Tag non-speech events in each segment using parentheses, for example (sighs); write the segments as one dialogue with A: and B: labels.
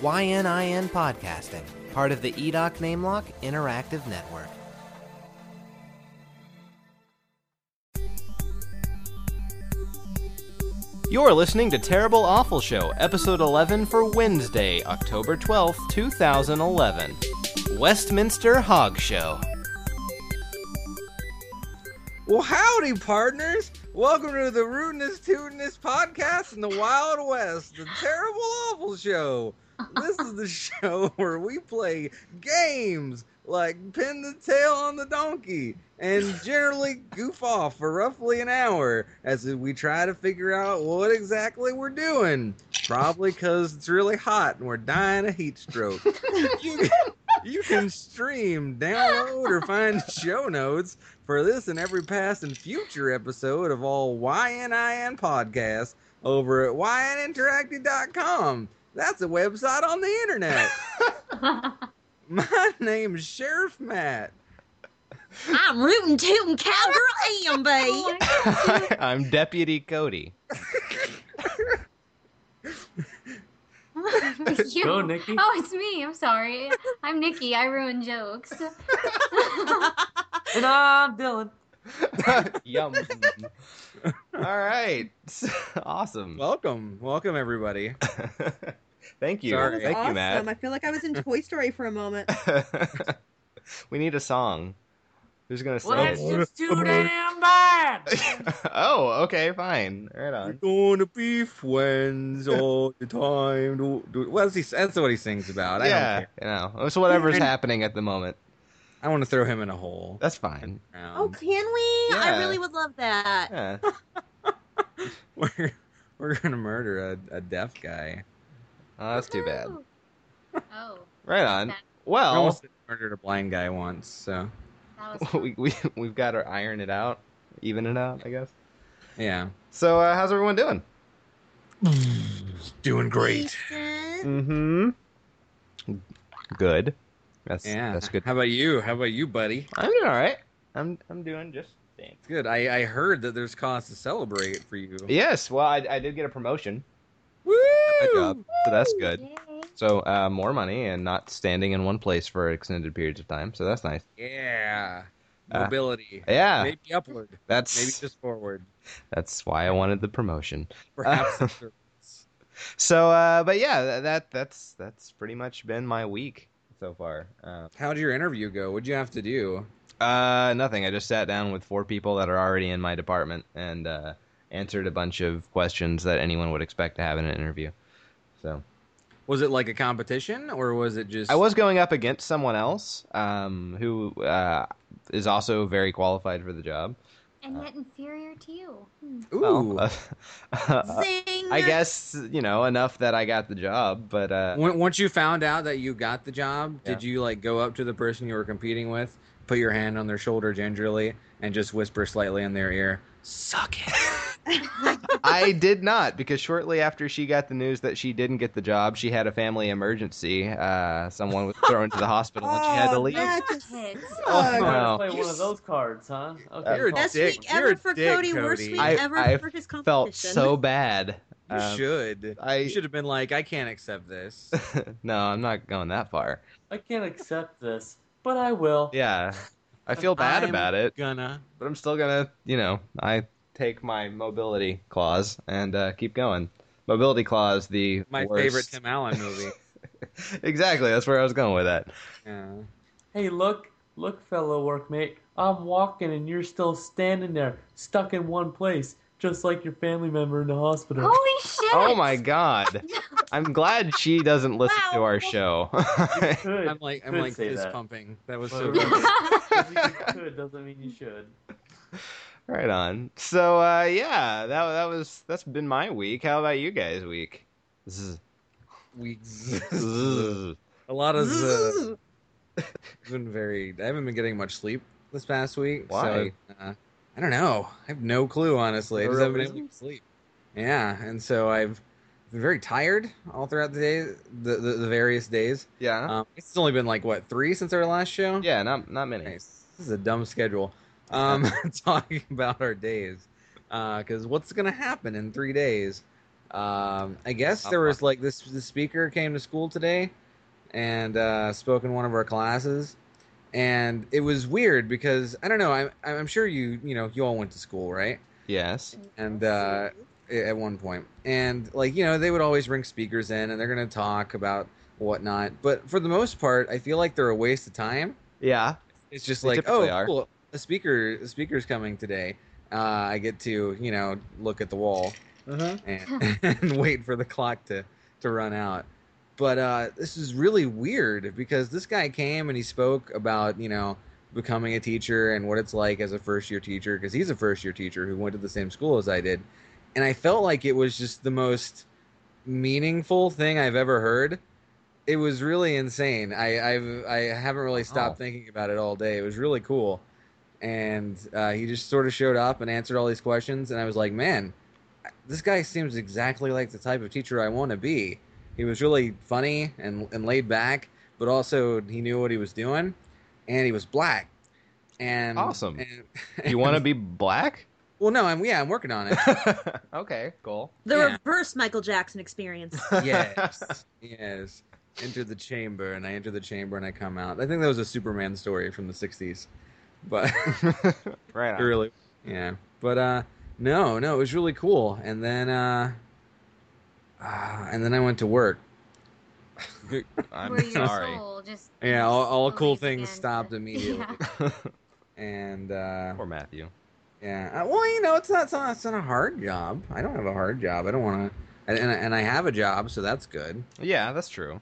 A: YNIN Podcasting, part of the E EDOC NameLock Interactive Network.
B: You're listening to Terrible Awful Show, episode 11 for Wednesday, October 12th, 2011. Westminster Hog Show.
C: Well, howdy, partners. Welcome to the Rudeness Tudeness podcast in the Wild West, the Terrible Awful Show. This is the (laughs) show where we play games like pin the tail on the donkey and generally goof off for roughly an hour as we try to figure out what exactly we're doing. Probably because it's really hot and we're dying of heat stroke. You- you can stream, download, or find show notes for this and every past and future episode of all YNIN podcasts over at YNinteractive.com. That's a website on the internet. My name is Sheriff Matt.
D: I'm rooting, tooting,
E: (laughs) Oh
D: cowgirl
F: Oh
D: EMB.
B: (laughs) I'm Deputy Cody.
F: (laughs) You-
E: Go, Nikki.
F: Oh, it's me. I'm sorry. I'm Nikki. I ruin jokes.
E: And I'm Dylan.
C: (laughs)
B: Yum. (laughs) All right. (laughs) Awesome.
C: Welcome. Welcome, everybody.
B: (laughs) Thank you.
C: Sorry.
B: Thank you,
G: awesome. I
B: Matt.
G: feel like I was in Toy Story for a moment.
B: (laughs) we need a song. Who's going to
E: Well, that's
B: sing
E: just too damn bad.
B: it? (laughs) oh, okay, fine. Right
C: We're
B: on.
C: going to be friends all the time. Do- do- Well, that's, that's what he sings about. I don't
B: yeah,
C: care.
B: you know, it's whatever's happening at the moment.
C: I want to throw him in a hole.
B: That's fine.
G: Oh,
C: Um,
G: can we?
B: Yeah.
G: I really would love that. (laughs)
B: Yeah.
C: (laughs)
B: oh,
C: we're, we're going to murder a, a deaf guy.
B: Oh, that's too bad.
F: (laughs) Oh,
B: Right on.
F: That-
C: I
B: Well,
C: almost murdered a blind guy once, so
F: that was
B: (laughs) we, we, we've got to iron it out, even it out, I guess.
C: yeah.
B: So, uh, how's everyone doing?
C: Doing
G: Jason?
B: Mm hmm. Good. That's,
C: Yeah,
B: that's good.
C: How about you? How about you, buddy?
B: I'm doing all right. I'm, I'm doing just fine.
C: Good. I, I heard that there's cause to celebrate for you.
B: Yes, well, I, I did get a promotion.
C: Woo!
B: at my job, so that's good.
F: Yay.
B: So, uh, more money and not standing in one place for extended periods of time. So, that's nice.
C: Yeah.
B: Uh,
C: Mobility.
B: Yeah,
C: Maybe upward.
B: that's
C: Maybe just forward.
B: that's why I wanted the promotion.
C: Perhaps.
B: Uh, (laughs)
C: upward.
B: So, uh, but yeah, tha- that that's that's pretty much been my week so far. Uh,
C: How'd your interview go? What'd you have to do?
B: uh, nothing. I just sat down with four people that are already in my department and uh, answered a bunch of questions that anyone would expect to have in an interview. So
C: Was it like a competition or was it just
B: I was going up against someone else um, who uh, is also very qualified for the job.
F: And yet inferior to you. Hmm.
C: Ooh.
B: Well, (laughs) uh,
G: Zing.
B: I guess you know enough that I got the job,
G: (laughs)
B: but uh,
C: When- once you found out that you got the job,
B: Yeah.
C: did you like go up to the person you were competing with, put your hand on their shoulder gingerly, and just whisper slightly in their ear, "Suck it."
B: I did not because shortly after she got the news that she didn't get the job, she had a family emergency. Uh, someone was thrown to the hospital and she had to
G: Oh,
B: leave.
G: that just
F: Kids.
G: sucks.
F: (laughs)
B: Oh,
E: Trying
B: no.
E: to play
C: You
E: one of
C: s-
E: those cards, huh? Okay.
B: You're a
G: Best
C: dick.
G: week
C: You're
G: ever
C: a
G: for
C: dick,
G: Cody, Worst
C: Cody.
G: week
B: I-
G: ever
B: I
G: for his competition.
B: Felt so bad.
C: You
B: Um,
C: should.
B: I-
C: you should have been like, "I can't accept this."
B: (laughs) no, I'm not going that far.
E: I can't accept this, but I will.
B: Yeah, I feel bad
C: I'm
B: about it,
C: Gonna.
B: but I'm still gonna, you know, I take my mobility clause and uh, keep going. Mobility clause, the
C: My
B: worst. (laughs)
C: favorite Tim Allen movie.
B: exactly, that's where I was going with that.
C: yeah.
E: Hey, look, look, fellow workmate. I'm walking and you're still standing there, stuck in one place, just like your family member in the hospital.
F: Holy shit!
B: Oh
G: (laughs)
F: (laughs)
B: my god! I'm glad she doesn't listen to
G: Wow.
B: our show. (laughs)
E: Could.
C: I'm like, I'm
E: could
C: like
E: say
C: fist
E: that.
C: pumping. That was
E: But-
C: so. good.
E: Just because you could doesn't mean you should.
B: Right on. So uh, yeah, that that was that's been my week. How about you guys' week? Zzz,
C: we. (laughs)
B: zzz.
C: A lot of.
E: (laughs)
C: Uh, it's been very. I haven't been getting much sleep this past week.
B: Why?
C: So, uh, I don't know. I have no clue, honestly. I
B: No
C: just
B: real
C: haven't been able
B: reason?
C: to sleep. Yeah, and so I've been very tired all throughout the day, the the, the various days.
B: yeah,
C: Um, it's only been like what three since our last show.
B: yeah, not not many.
C: Nice. This is a dumb schedule. (laughs) uh, Um, talking about our days, because what's gonna happen in three days? Um, I guess there was like this. The speaker came to school today, and uh, spoke in one of our classes, and it was weird because I don't know. I'm I'm sure you you know you all went to school right
B: Yes.
C: and uh, at one point and like you know they would always bring speakers in and they're gonna talk about whatnot. But for the most part, I feel like they're a waste of time.
B: Yeah.
C: It's just
B: They
C: like,
B: typically
C: oh,
B: are.
C: cool. A speaker, a speaker's coming today. Uh, I get to, you know, look at the wall
B: Mm-hmm.
C: and, (laughs) and wait for the clock to to run out. But uh, this is really weird because this guy came and he spoke about, you know, becoming a teacher and what it's like as a first year teacher because he's a first year teacher who went to the same school as I did, and I felt like it was just the most meaningful thing I've ever heard. It was really insane. I I've, I haven't really stopped thinking about it all day. It was really cool, and uh, he just sort of showed up and answered all these questions, and I was like, man, this guy seems exactly like the type of teacher I want to be. He was really funny and and laid back, but also he knew what he was doing, and he was black. And
B: Awesome.
C: and-
B: You want to be (laughs) black?
C: (laughs) well, no, I'm yeah, I'm working on it. (laughs)
B: okay. Cool.
G: The
C: Yeah.
G: reverse Michael Jackson
B: (laughs)
G: experience.
C: yes, yes. Enter the chamber, and I enter the chamber, and I come out. I think that was a Superman story from the '60s, but (laughs)
B: right. On.
C: really, yeah. But uh, no, no, it was really cool. And then, uh, uh and then I went to work.
B: I'm
F: Where your
B: sorry.
F: soul just
C: Yeah, all, all cool
F: always
C: things
F: began to- (laughs)
C: stopped immediately,
F: Yeah.
C: and uh,
B: Poor Matthew.
C: Yeah. Uh, Well, you know, it's not, it's not it's not a hard job. I don't have a hard job. I don't want to, and, and and I have a job, so that's good.
B: Yeah, that's true.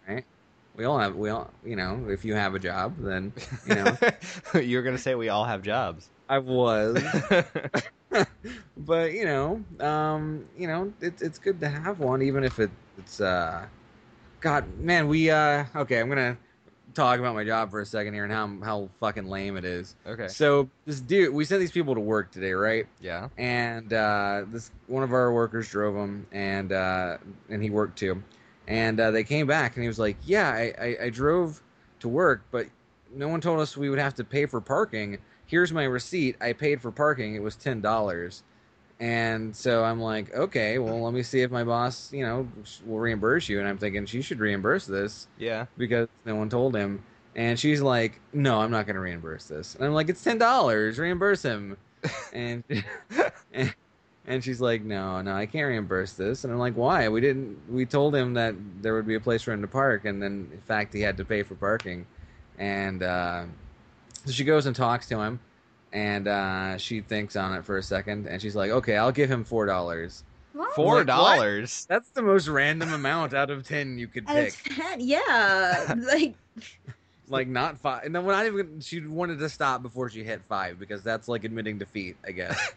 C: We all have. We all, you know, if you have a job, then you
B: (laughs)
C: know,
B: you were gonna say we all have (laughs) jobs.
C: (laughs) I was. (laughs) but you know, um, you know, it's it's good to have one, even if it it's uh, God, man, we uh, okay, I'm gonna talk about my job for a second here and how how fucking lame it is.
B: okay.
C: So this dude, we sent these people to work today, right?
B: Yeah.
C: and uh, this one of our workers drove him, and uh, and he worked too, and uh, they came back, and he was like, "Yeah, I, I, I drove to work, but no one told us we would have to pay for parking. Here's my receipt. I paid for parking. It was ten dollars." And so I'm like, okay, well, let me see if my boss, you know, will reimburse you. And I'm thinking she should reimburse this
B: Yeah.
C: because no one told him. And she's like, "No, I'm not going to reimburse this." And I'm like, "It's ten dollars. Reimburse him." And, (laughs) and and she's like, "No, no, I can't reimburse this." And I'm like, "Why? We didn't. We told him that there would be a place for him to park, and then in fact, he had to pay for parking." And uh, so she goes and talks to him, and uh, she thinks on it for a second, and she's like, "Okay, I'll give him four dollars."
F: What?
C: Like,
B: Four
C: what?
B: dollars.
C: That's the most random amount out of ten you could
G: Out of
C: pick.
G: 10,
B: (laughs)
G: yeah. Like, (laughs)
C: like not five. No, not even. She wanted to stop before she hit five because that's like admitting defeat, I
B: (laughs)
C: guess.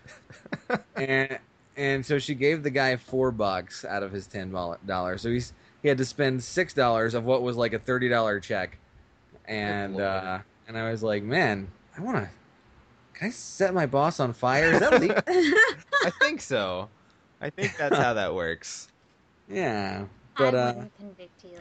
C: and and so she gave the guy four bucks out of his ten dollars. So he's he had to spend six dollars of what was like a thirty dollar check, and
B: Good lord.
C: uh, and I was like, man, I want to. Can I set my boss on fire? Is that
B: (laughs)
C: legal?
B: I think so. I think that's how that works.
C: yeah, but
F: I
C: uh,
F: wouldn't convict you.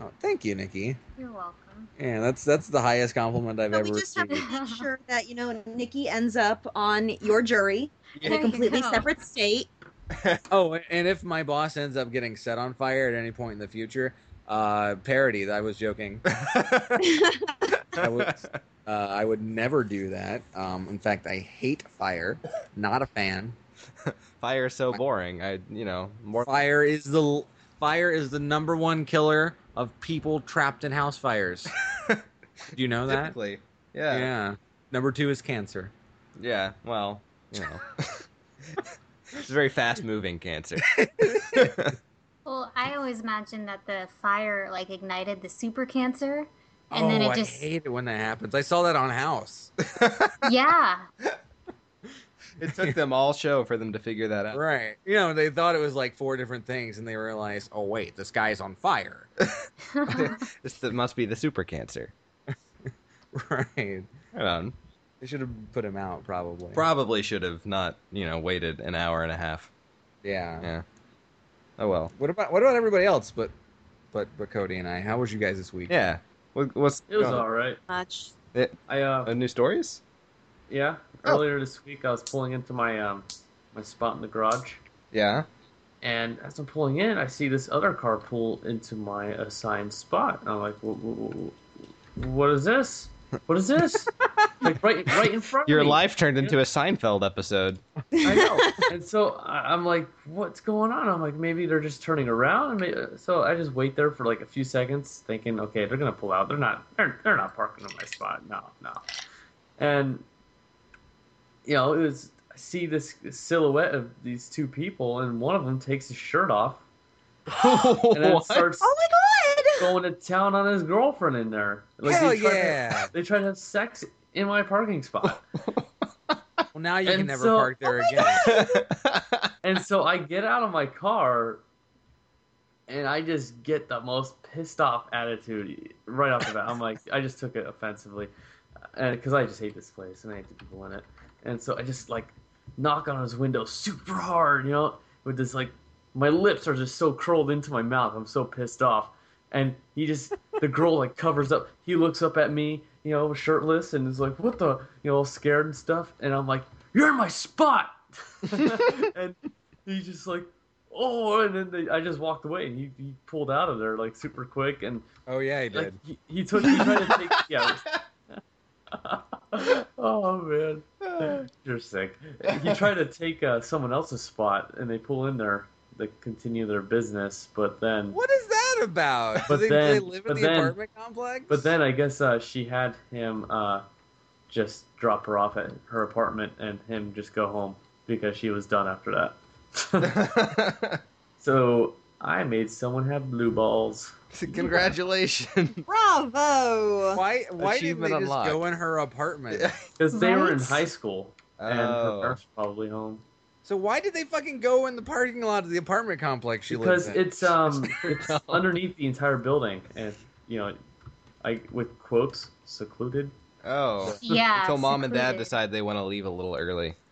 C: oh, thank you, Nikki.
F: You're welcome.
C: Yeah, that's that's the highest compliment I've
G: but
C: ever.
G: we just have
C: received.
G: to make sure that, you know, Nikki ends up on your jury in
F: There
G: a
F: you (laughs)
G: completely
F: go.
G: separate state.
C: Oh, and if my boss ends up getting set on fire at any point in the future, uh, parody. I was joking. (laughs) I would, uh, I would never do that. Um, in fact, I hate fire. Not a fan.
B: Fire is so boring. I, you know, more.
C: Fire is the fire is the number one killer of people trapped in house fires. do you (laughs) know that?
B: Typically. Yeah. yeah.
C: Number two is cancer.
B: Well, you (laughs) know, it's a very fast-moving (laughs) cancer.
F: Well, I always imagined that the fire like ignited the super cancer, and
C: oh,
F: then it
C: I
F: just
C: hate it when that happens. I saw that on House.
B: (laughs)
F: yeah.
B: it took them all show for them to figure that
E: (laughs)
B: out.
C: (laughs) Right. You know, they thought it was like four different things, and they realized, oh wait, this guy's on
E: (laughs)
C: fire.
B: (laughs) This th- must be the super cancer.
C: right.
B: Right on.
C: They should have put him out, probably.
B: Probably should have not, you know, waited an hour and a half.
C: yeah.
B: Yeah. Oh well.
C: What about what about everybody else? But but but Cody and I. How was you guys this week?
B: Yeah. What, what's
E: It was
B: going on?
E: all right.
G: (laughs) Much.
E: I uh,
B: Uh, new stories?
E: Yeah.
B: Oh.
E: Earlier this week, I was pulling into my um my spot in the garage,
B: Yeah.
E: And as I'm pulling in, I see this other car pull into my assigned spot. And I'm like, "Wh- wh- wh- what is this? What is this? like right, right in front
B: Your
E: of me.
B: life turned into a Seinfeld episode.
E: (laughs)
B: (laughs)
E: I know. and so I- I'm like, what's going on? I'm like, maybe they're just turning around. And may- so I just wait there for like a few seconds, thinking, okay, they're gonna pull out. They're not. They're, they're not parking in my spot. No, no. And you know, it was. I see this silhouette of these two people, and one of them takes his shirt off (laughs) (laughs) and then
B: What?
E: starts
G: Oh my god!
E: going to town on his girlfriend in there. Like,
C: Hell
E: they tried to-
C: yeah!
E: they tried to have sex in my parking spot.
C: (laughs) well, now you can
E: And
C: never
E: so- Oh
C: park there again.
E: and so I get out of my car and I just get the most pissed off attitude right off the bat. I'm like, I just took it offensively and because I just hate this place and I hate the people in it. And so I just like knock on his window super hard, you know, with this like my lips are just so curled into my mouth. I'm so pissed off. And he just the girl like covers up. He looks up at me, you know, shirtless and is like, "What the?" You know, all scared and stuff. And I'm like, "You're in my spot." (laughs) and he's just like, "Oh!" And then they, I just walked away. And he, he pulled out of there like super quick. And
C: (laughs) Oh yeah, he
E: like
C: did.
E: he, he took he tried to take yeah. (laughs) oh man, you're sick. He tried to take uh, someone else's spot, and they pull in there. They continue their business, but then
C: What is that about? Do
E: But
C: they, do
E: then-
C: they live in
E: but
C: the
E: then-
C: apartment complex?
E: but then I guess uh, she had him uh, just drop her off at her apartment, and him just go home because she was done after that. (laughs) so I made someone have blue balls.
B: (laughs) Congratulations.
G: Bravo!
C: why why didn't they
B: Achievement
C: just
B: unlocked.
C: go in her apartment?
E: Because they were in
G: Right.
E: high school, (laughs) and her
B: Oh.
E: parents were probably home.
C: so why did they fucking go in the parking lot of the apartment complex she
E: because
C: lives in? (laughs)
E: it's um it's underneath the entire building, and you know, I with quotes secluded.
B: Oh.
F: Yeah.
B: Until mom and dad
F: secluded.
B: decide they want to leave a little early. (laughs)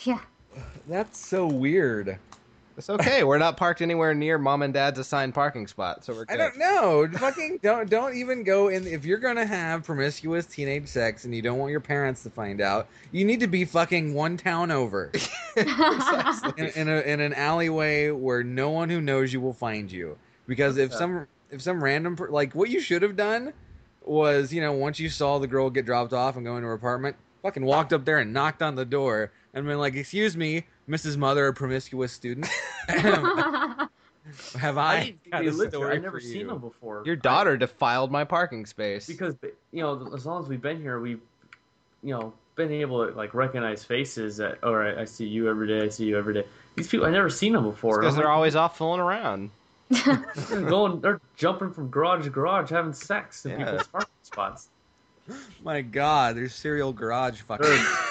F: Yeah. (laughs)
C: That's so weird.
B: It's okay. We're not parked anywhere near mom and dad's assigned parking spot, so we're
C: I
B: good.
C: don't know. Fucking don't don't even go in. If you're gonna have promiscuous teenage sex and you don't want your parents to find out, you need to be fucking one town over in, in, a, in an alleyway where no one who knows you will find you. Because if
E: Yeah.
C: some if some random per, like what you should have done was you know once you saw the girl get dropped off and go into her apartment, fucking walked up there and knocked on the door and been like, "Excuse me, Mrs. Mother, a promiscuous
E: (laughs)
C: student, (laughs) have I?"
E: didn't think
C: got
E: they
C: a
E: lived there.
C: story
E: I've never
C: for
E: seen
C: you?"
E: them before.
B: Your
E: I-
B: daughter defiled my parking space.
E: because you know, as long as we've been here, we've you know been able to like recognize faces. That all right, I see you every day. I see you every day. These people, I've never seen them before.
B: because
E: I'm
B: they're
E: like,
B: always off fooling around.
E: they're going, they're jumping from garage to garage, having sex in
B: Yeah.
E: people's parking
F: (laughs)
E: spots.
C: My God, there's serial garage fucking.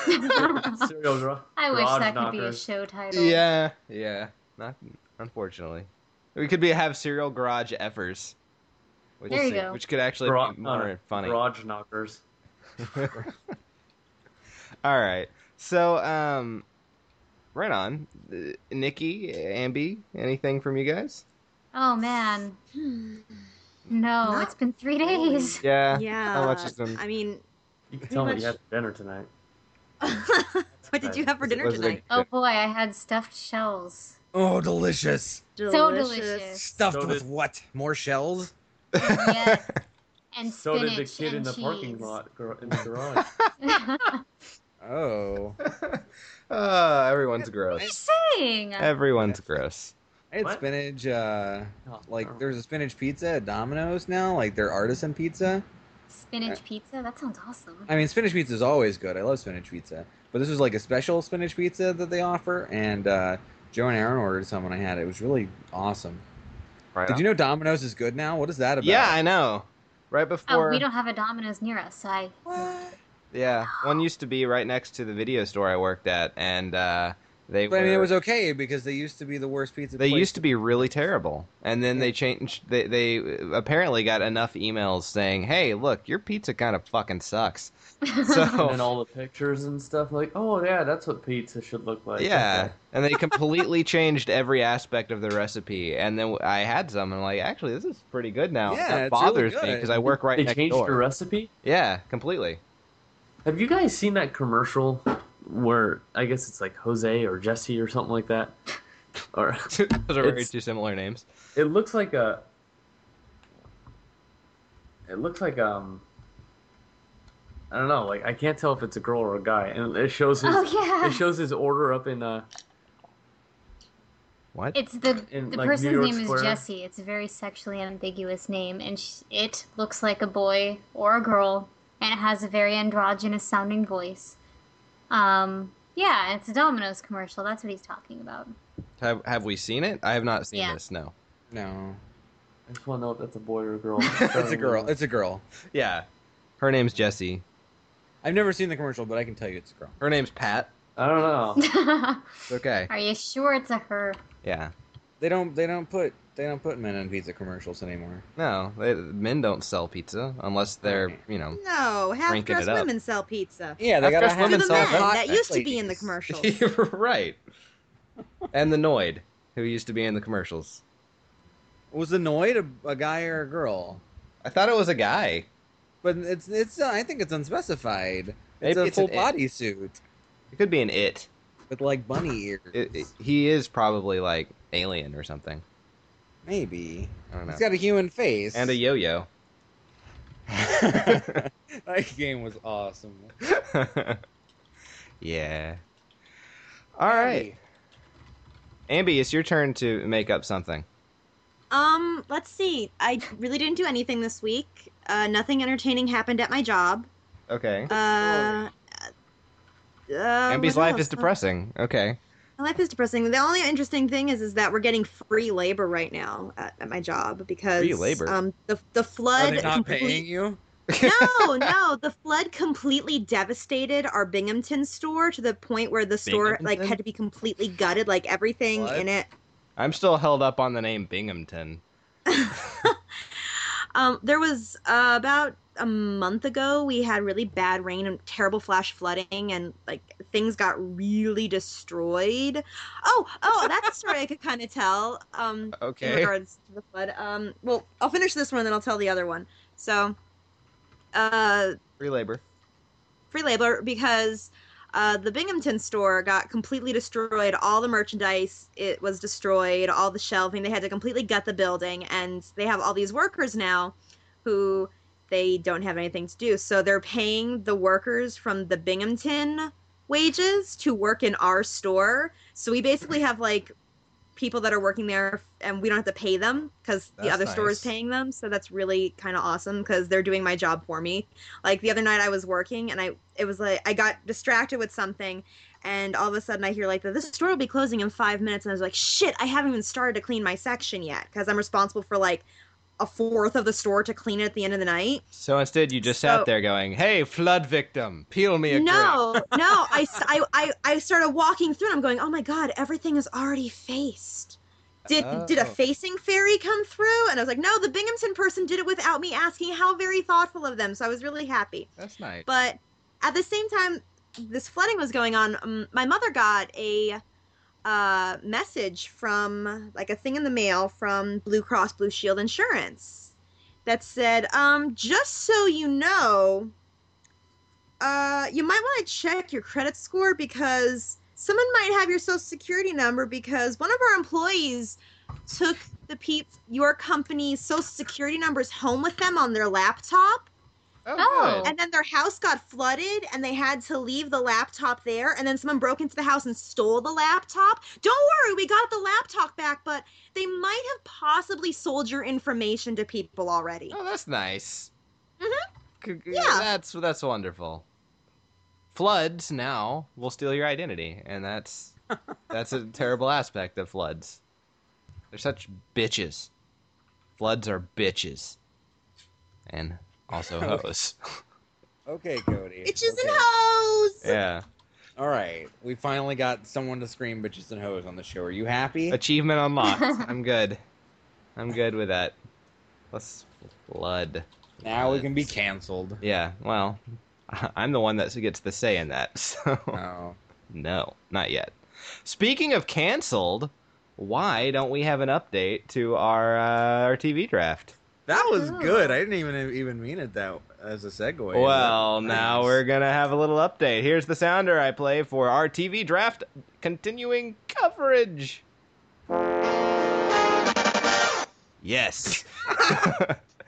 E: They're serial gar-
F: I wish
E: garage
F: that could be a
E: knockers.
F: show title.
B: Yeah, yeah. Not unfortunately. We could be have serial garage effers. Which,
F: There you go.
B: which could actually
E: Garage-
B: be more funny.
E: garage knockers.
B: (laughs) All right. So, um, right on. Uh, Nikki, Ambi, anything from you guys?
F: Oh man. No,
G: Not
F: it's been three days.
B: Yeah.
G: yeah.
B: How much has been-
G: I mean, (laughs)
E: You can
G: Pretty
E: tell me
G: much-
E: you had dinner tonight.
G: what did you have for dinner
B: Was it a-
G: tonight?
F: Oh boy, I had stuffed shells.
C: (laughs) Oh, delicious.
F: So delicious.
C: Stuffed
E: So
C: with
E: did-
C: what? More shells?
B: (laughs)
F: Yes. And
E: so did
F: spinach
E: the kid
F: and
E: in the parking
F: cheese. (laughs)
E: lot gar-
G: (laughs)
E: in the garage.
C: Oh.
B: (laughs) Uh, everyone's gross.
F: Saying.
B: Everyone's gross.
C: I had
E: What?
C: spinach, uh,
E: Oh,
C: like,
E: oh.
C: there's a spinach pizza at Domino's now, like their artisan pizza.
F: Spinach pizza? That sounds awesome.
C: I mean, spinach pizza is always good. I love spinach pizza. But this was like a special spinach pizza that they offer, and uh, Joe and Aaron ordered some and I had it. It was really awesome.
B: Right.
C: Did you know Domino's is good now? What is that about?
B: yeah, I know. Right
F: Oh,
B: before.
F: we don't have a Domino's near us, so I.
B: Yeah, one used to be right next to the video store I worked at, and uh, they
C: But I mean, it
B: were-
C: was okay because they used to be the worst pizza.
B: they
C: place.
B: used to be really terrible, and then they changed. They they apparently got enough emails saying, "Hey, look, your pizza kind of fucking sucks."
F: (laughs)
E: And then
B: So
E: all the pictures and stuff. Like, oh yeah, that's what pizza should look like.
B: yeah,
E: Okay.
B: and they completely changed every aspect of the recipe. And then I had some, and I'm like, actually, this is pretty good now.
C: Yeah,
B: that
C: it's really
B: bothers me
C: good.
B: because I work right
E: They
B: next
E: changed
B: door.
E: the recipe.
B: yeah, completely. (laughs)
E: Have you guys
G: (laughs)
E: seen that commercial where I guess it's like Jose or Jesse or something like that, Or
B: Those are very
E: It's-
B: two similar names.
E: it looks like a. It looks like um. I don't know. Like I can't tell if it's a girl or a guy, and it shows his.
F: Oh yeah. (laughs)
E: It shows his order up in uh.
B: What?
F: It's the
E: In,
F: the
E: like, New
F: person's
E: York
F: name
E: Square.
F: is Jesse. It's a very sexually ambiguous name, and sh- it looks like a boy or a girl, and it has a very androgynous sounding voice. Um, yeah, it's a Domino's commercial. That's what he's talking about. (laughs)
B: Have, have we seen it? I have not seen
F: Yeah.
B: this. No.
C: No,
E: I just want to know if that's a boy or a girl.
C: it's a girl. It's a girl.
B: Yeah. Her name's Jessie.
C: I've never seen the commercial, but I can tell you it's a girl.
B: Her name's Pat.
E: I don't know.
B: It's okay.
F: Are you sure it's a her?
B: Yeah.
C: They don't. They don't put. They don't put men on pizza commercials anymore.
B: No, they, men don't sell pizza unless they're, you know.
G: No, half
B: Cranking it
G: dressed
B: up.
G: women sell pizza.
C: Yeah, they got
B: Half-dressed
C: have
B: women
G: To the
B: sell
G: men
B: hot
G: that used to be in the commercials.
B: (laughs) right. And the Noid, who used to be in the commercials.
C: Was annoyed a, a guy or a girl?
B: I thought it was a guy.
C: But it's it's. Uh, I think it's unspecified. It's
B: Maybe
C: a
B: it's an
C: full body suit
B: It could be an it.
C: with like bunny ears.
B: It- it- He is probably like alien or something.
C: Maybe
B: I don't know.
C: it's got a human face
B: and
C: (laughs)
B: a yo-yo. (laughs)
C: that game was awesome.
B: yeah. All right, Ambi, it's your turn to make up something.
G: Um, let's see. I really didn't do anything this week. Uh, nothing entertaining happened at my job.
B: Okay.
G: Uh, uh,
B: Ambi's
G: what
B: life
G: else?
B: is depressing. Okay.
G: My life is depressing. The only interesting thing is, is that we're getting free labor right now at, at my job because
B: Free labor?
G: Um, the the
C: Are
G: flood.
C: they not
G: complete-
C: paying you?
B: (laughs)
G: no, no. The flood completely devastated our Binghamton store to the point where the store like
B: Binghamton?
G: had to be completely gutted, like everything
C: What?
G: in it.
B: I'm still held up on the name Binghamton.
G: Um, there was uh, about a month ago we had really bad rain and terrible flash flooding and like things got really destroyed. Oh, oh,
B: (laughs)
G: that's a story I could kind of tell. Um, in
B: Okay.
G: regards to the flood. Um, well, I'll finish this one, then I'll tell the other one. So, uh,
B: Free labor.
G: free labor because uh, the Binghamton store got completely destroyed. All the merchandise it was destroyed. All the shelving. They had to completely gut the building, and they have all these workers now who they don't have anything to do. So they're paying the workers from the Binghamton wages to work in our store. So we basically have like people that are working there and we don't have to pay them because the
B: That's
G: other store is
B: nice.
G: paying them so that's really kind of awesome because they're doing my job for me like the other night i was working and i it was like i got distracted with something and all of a sudden i hear like this store will be closing in five minutes and i was like shit i haven't even started to clean my section yet because i'm responsible for like a fourth of the store to clean it at the end of the night
B: So instead, you just
G: So-
B: sat there going, "Hey, flood victim, peel me a grape."
G: no no I, s- I- I- I started walking through and i'm going oh my god everything is already faced did did a
B: Oh.
G: facing fairy come through and i was like no the binghamton person did it without me asking how very thoughtful of them so i was really happy
B: That's nice.
G: but at the same time this flooding was going on um, my mother got a uh, message from like a thing in the mail from blue cross blue shield insurance that said um, just so you know uh, you might want to check your credit score because someone might have your social security number because one of our employees took the peep your company's social security numbers home with them on their laptop
B: oh, good.
G: and then their house got flooded and they had to leave the laptop there and then someone broke into the house and stole the laptop don't worry we got the laptop back but they might have possibly sold your information to people already
B: Oh, that's nice.
G: Mhm.
B: C- c-
G: Yeah.
B: That's that's wonderful. Floods now will steal your identity,
G: (laughs)
B: and that's that's a terrible aspect of floods. They're such bitches. Floods are bitches, and
G: (laughs)
B: also hoes.
C: Okay, Cody.
G: bitches
C: okay.
G: and hoes
B: yeah.
C: All right, we finally got someone to scream bitches and hoes on the show. Are you happy?
B: Achievement unlocked. I'm good. I'm good with that. Let's flood.
C: Now we can be
B: Floods.
C: canceled.
B: Yeah. Well, (laughs) I'm the one that gets the say in that. (laughs) So.
C: No.
B: No, not yet. Speaking of canceled, why don't we have an update to our uh, our TV draft?
C: (laughs) That was
B: Oh.
F: Ooh.
C: good. I didn't even even mean it that as a segue.
B: well,
C: That-
B: now
C: nice.
B: we're gonna have a little update. Here's the sounder I play for our TV draft continuing coverage. Yes. (laughs)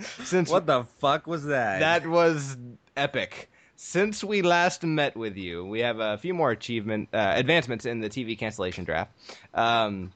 C: (laughs)
B: Since
C: What the fuck was that?
B: that was epic. Since we last met with you, we have a few more achievement uh, advancements in the TV cancellation draft. Um,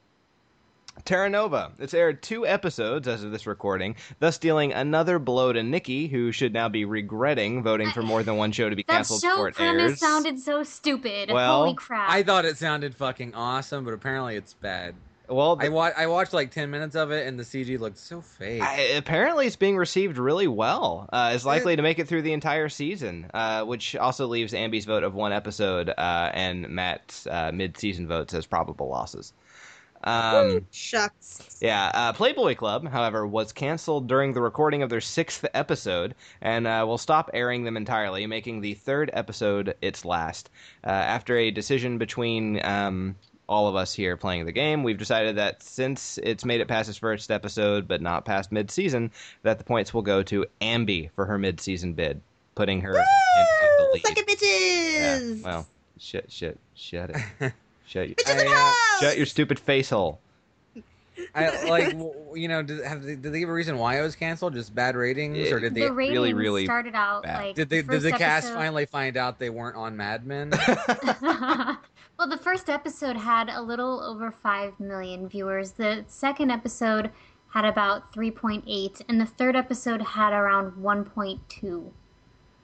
B: Terra Nova. It's aired two episodes as of this recording, thus dealing another blow to Nikki, who should now be regretting voting for more than one show to be
F: That
B: canceled before
F: show
B: it
F: premise
B: airs.
F: sounded so stupid.
B: Well,
F: Holy crap.
C: I thought it sounded fucking awesome, but apparently it's bad.
B: well,
C: I wa- I watched like ten minutes of it, and the CG looked so fake.
B: I, apparently, it's being received really well. Uh, it's likely to make it through the entire season, uh, which also leaves Amby's vote of one episode uh, and Matt's uh, mid-season votes as probable losses. Um,
G: Shucks.
B: yeah, uh, Playboy Club, however, was canceled during the recording of their sixth episode, and uh, will stop airing them entirely, making the third episode its last. Uh, after a decision between um, all of us here playing the game, we've decided that since it's made it past its first episode, but not past mid-season, that the points will go to Ambi for her mid-season bid, putting her into the
G: Woo!
B: lead.
G: Suck it, bitches!
B: Yeah, well, shit, shit, shut it, shut, your-
G: Bitches in
C: I, uh,
G: house!
B: shut your stupid face hole.
C: (laughs) I, like w- w- you know, did, have they, did they give a reason why it was canceled? Just bad ratings,
B: Yeah.
C: or did they
F: the ratings
B: really, really
F: started out
B: bad.
F: like
C: did they
F: the
C: did the
F: first
C: cast
F: episode-
C: finally find out they weren't on Mad
B: (laughs)
C: Men?
F: (laughs) well, the first episode had a little over 5 million viewers. The second episode had about 3.8, and the third episode had around 1.2. (laughs)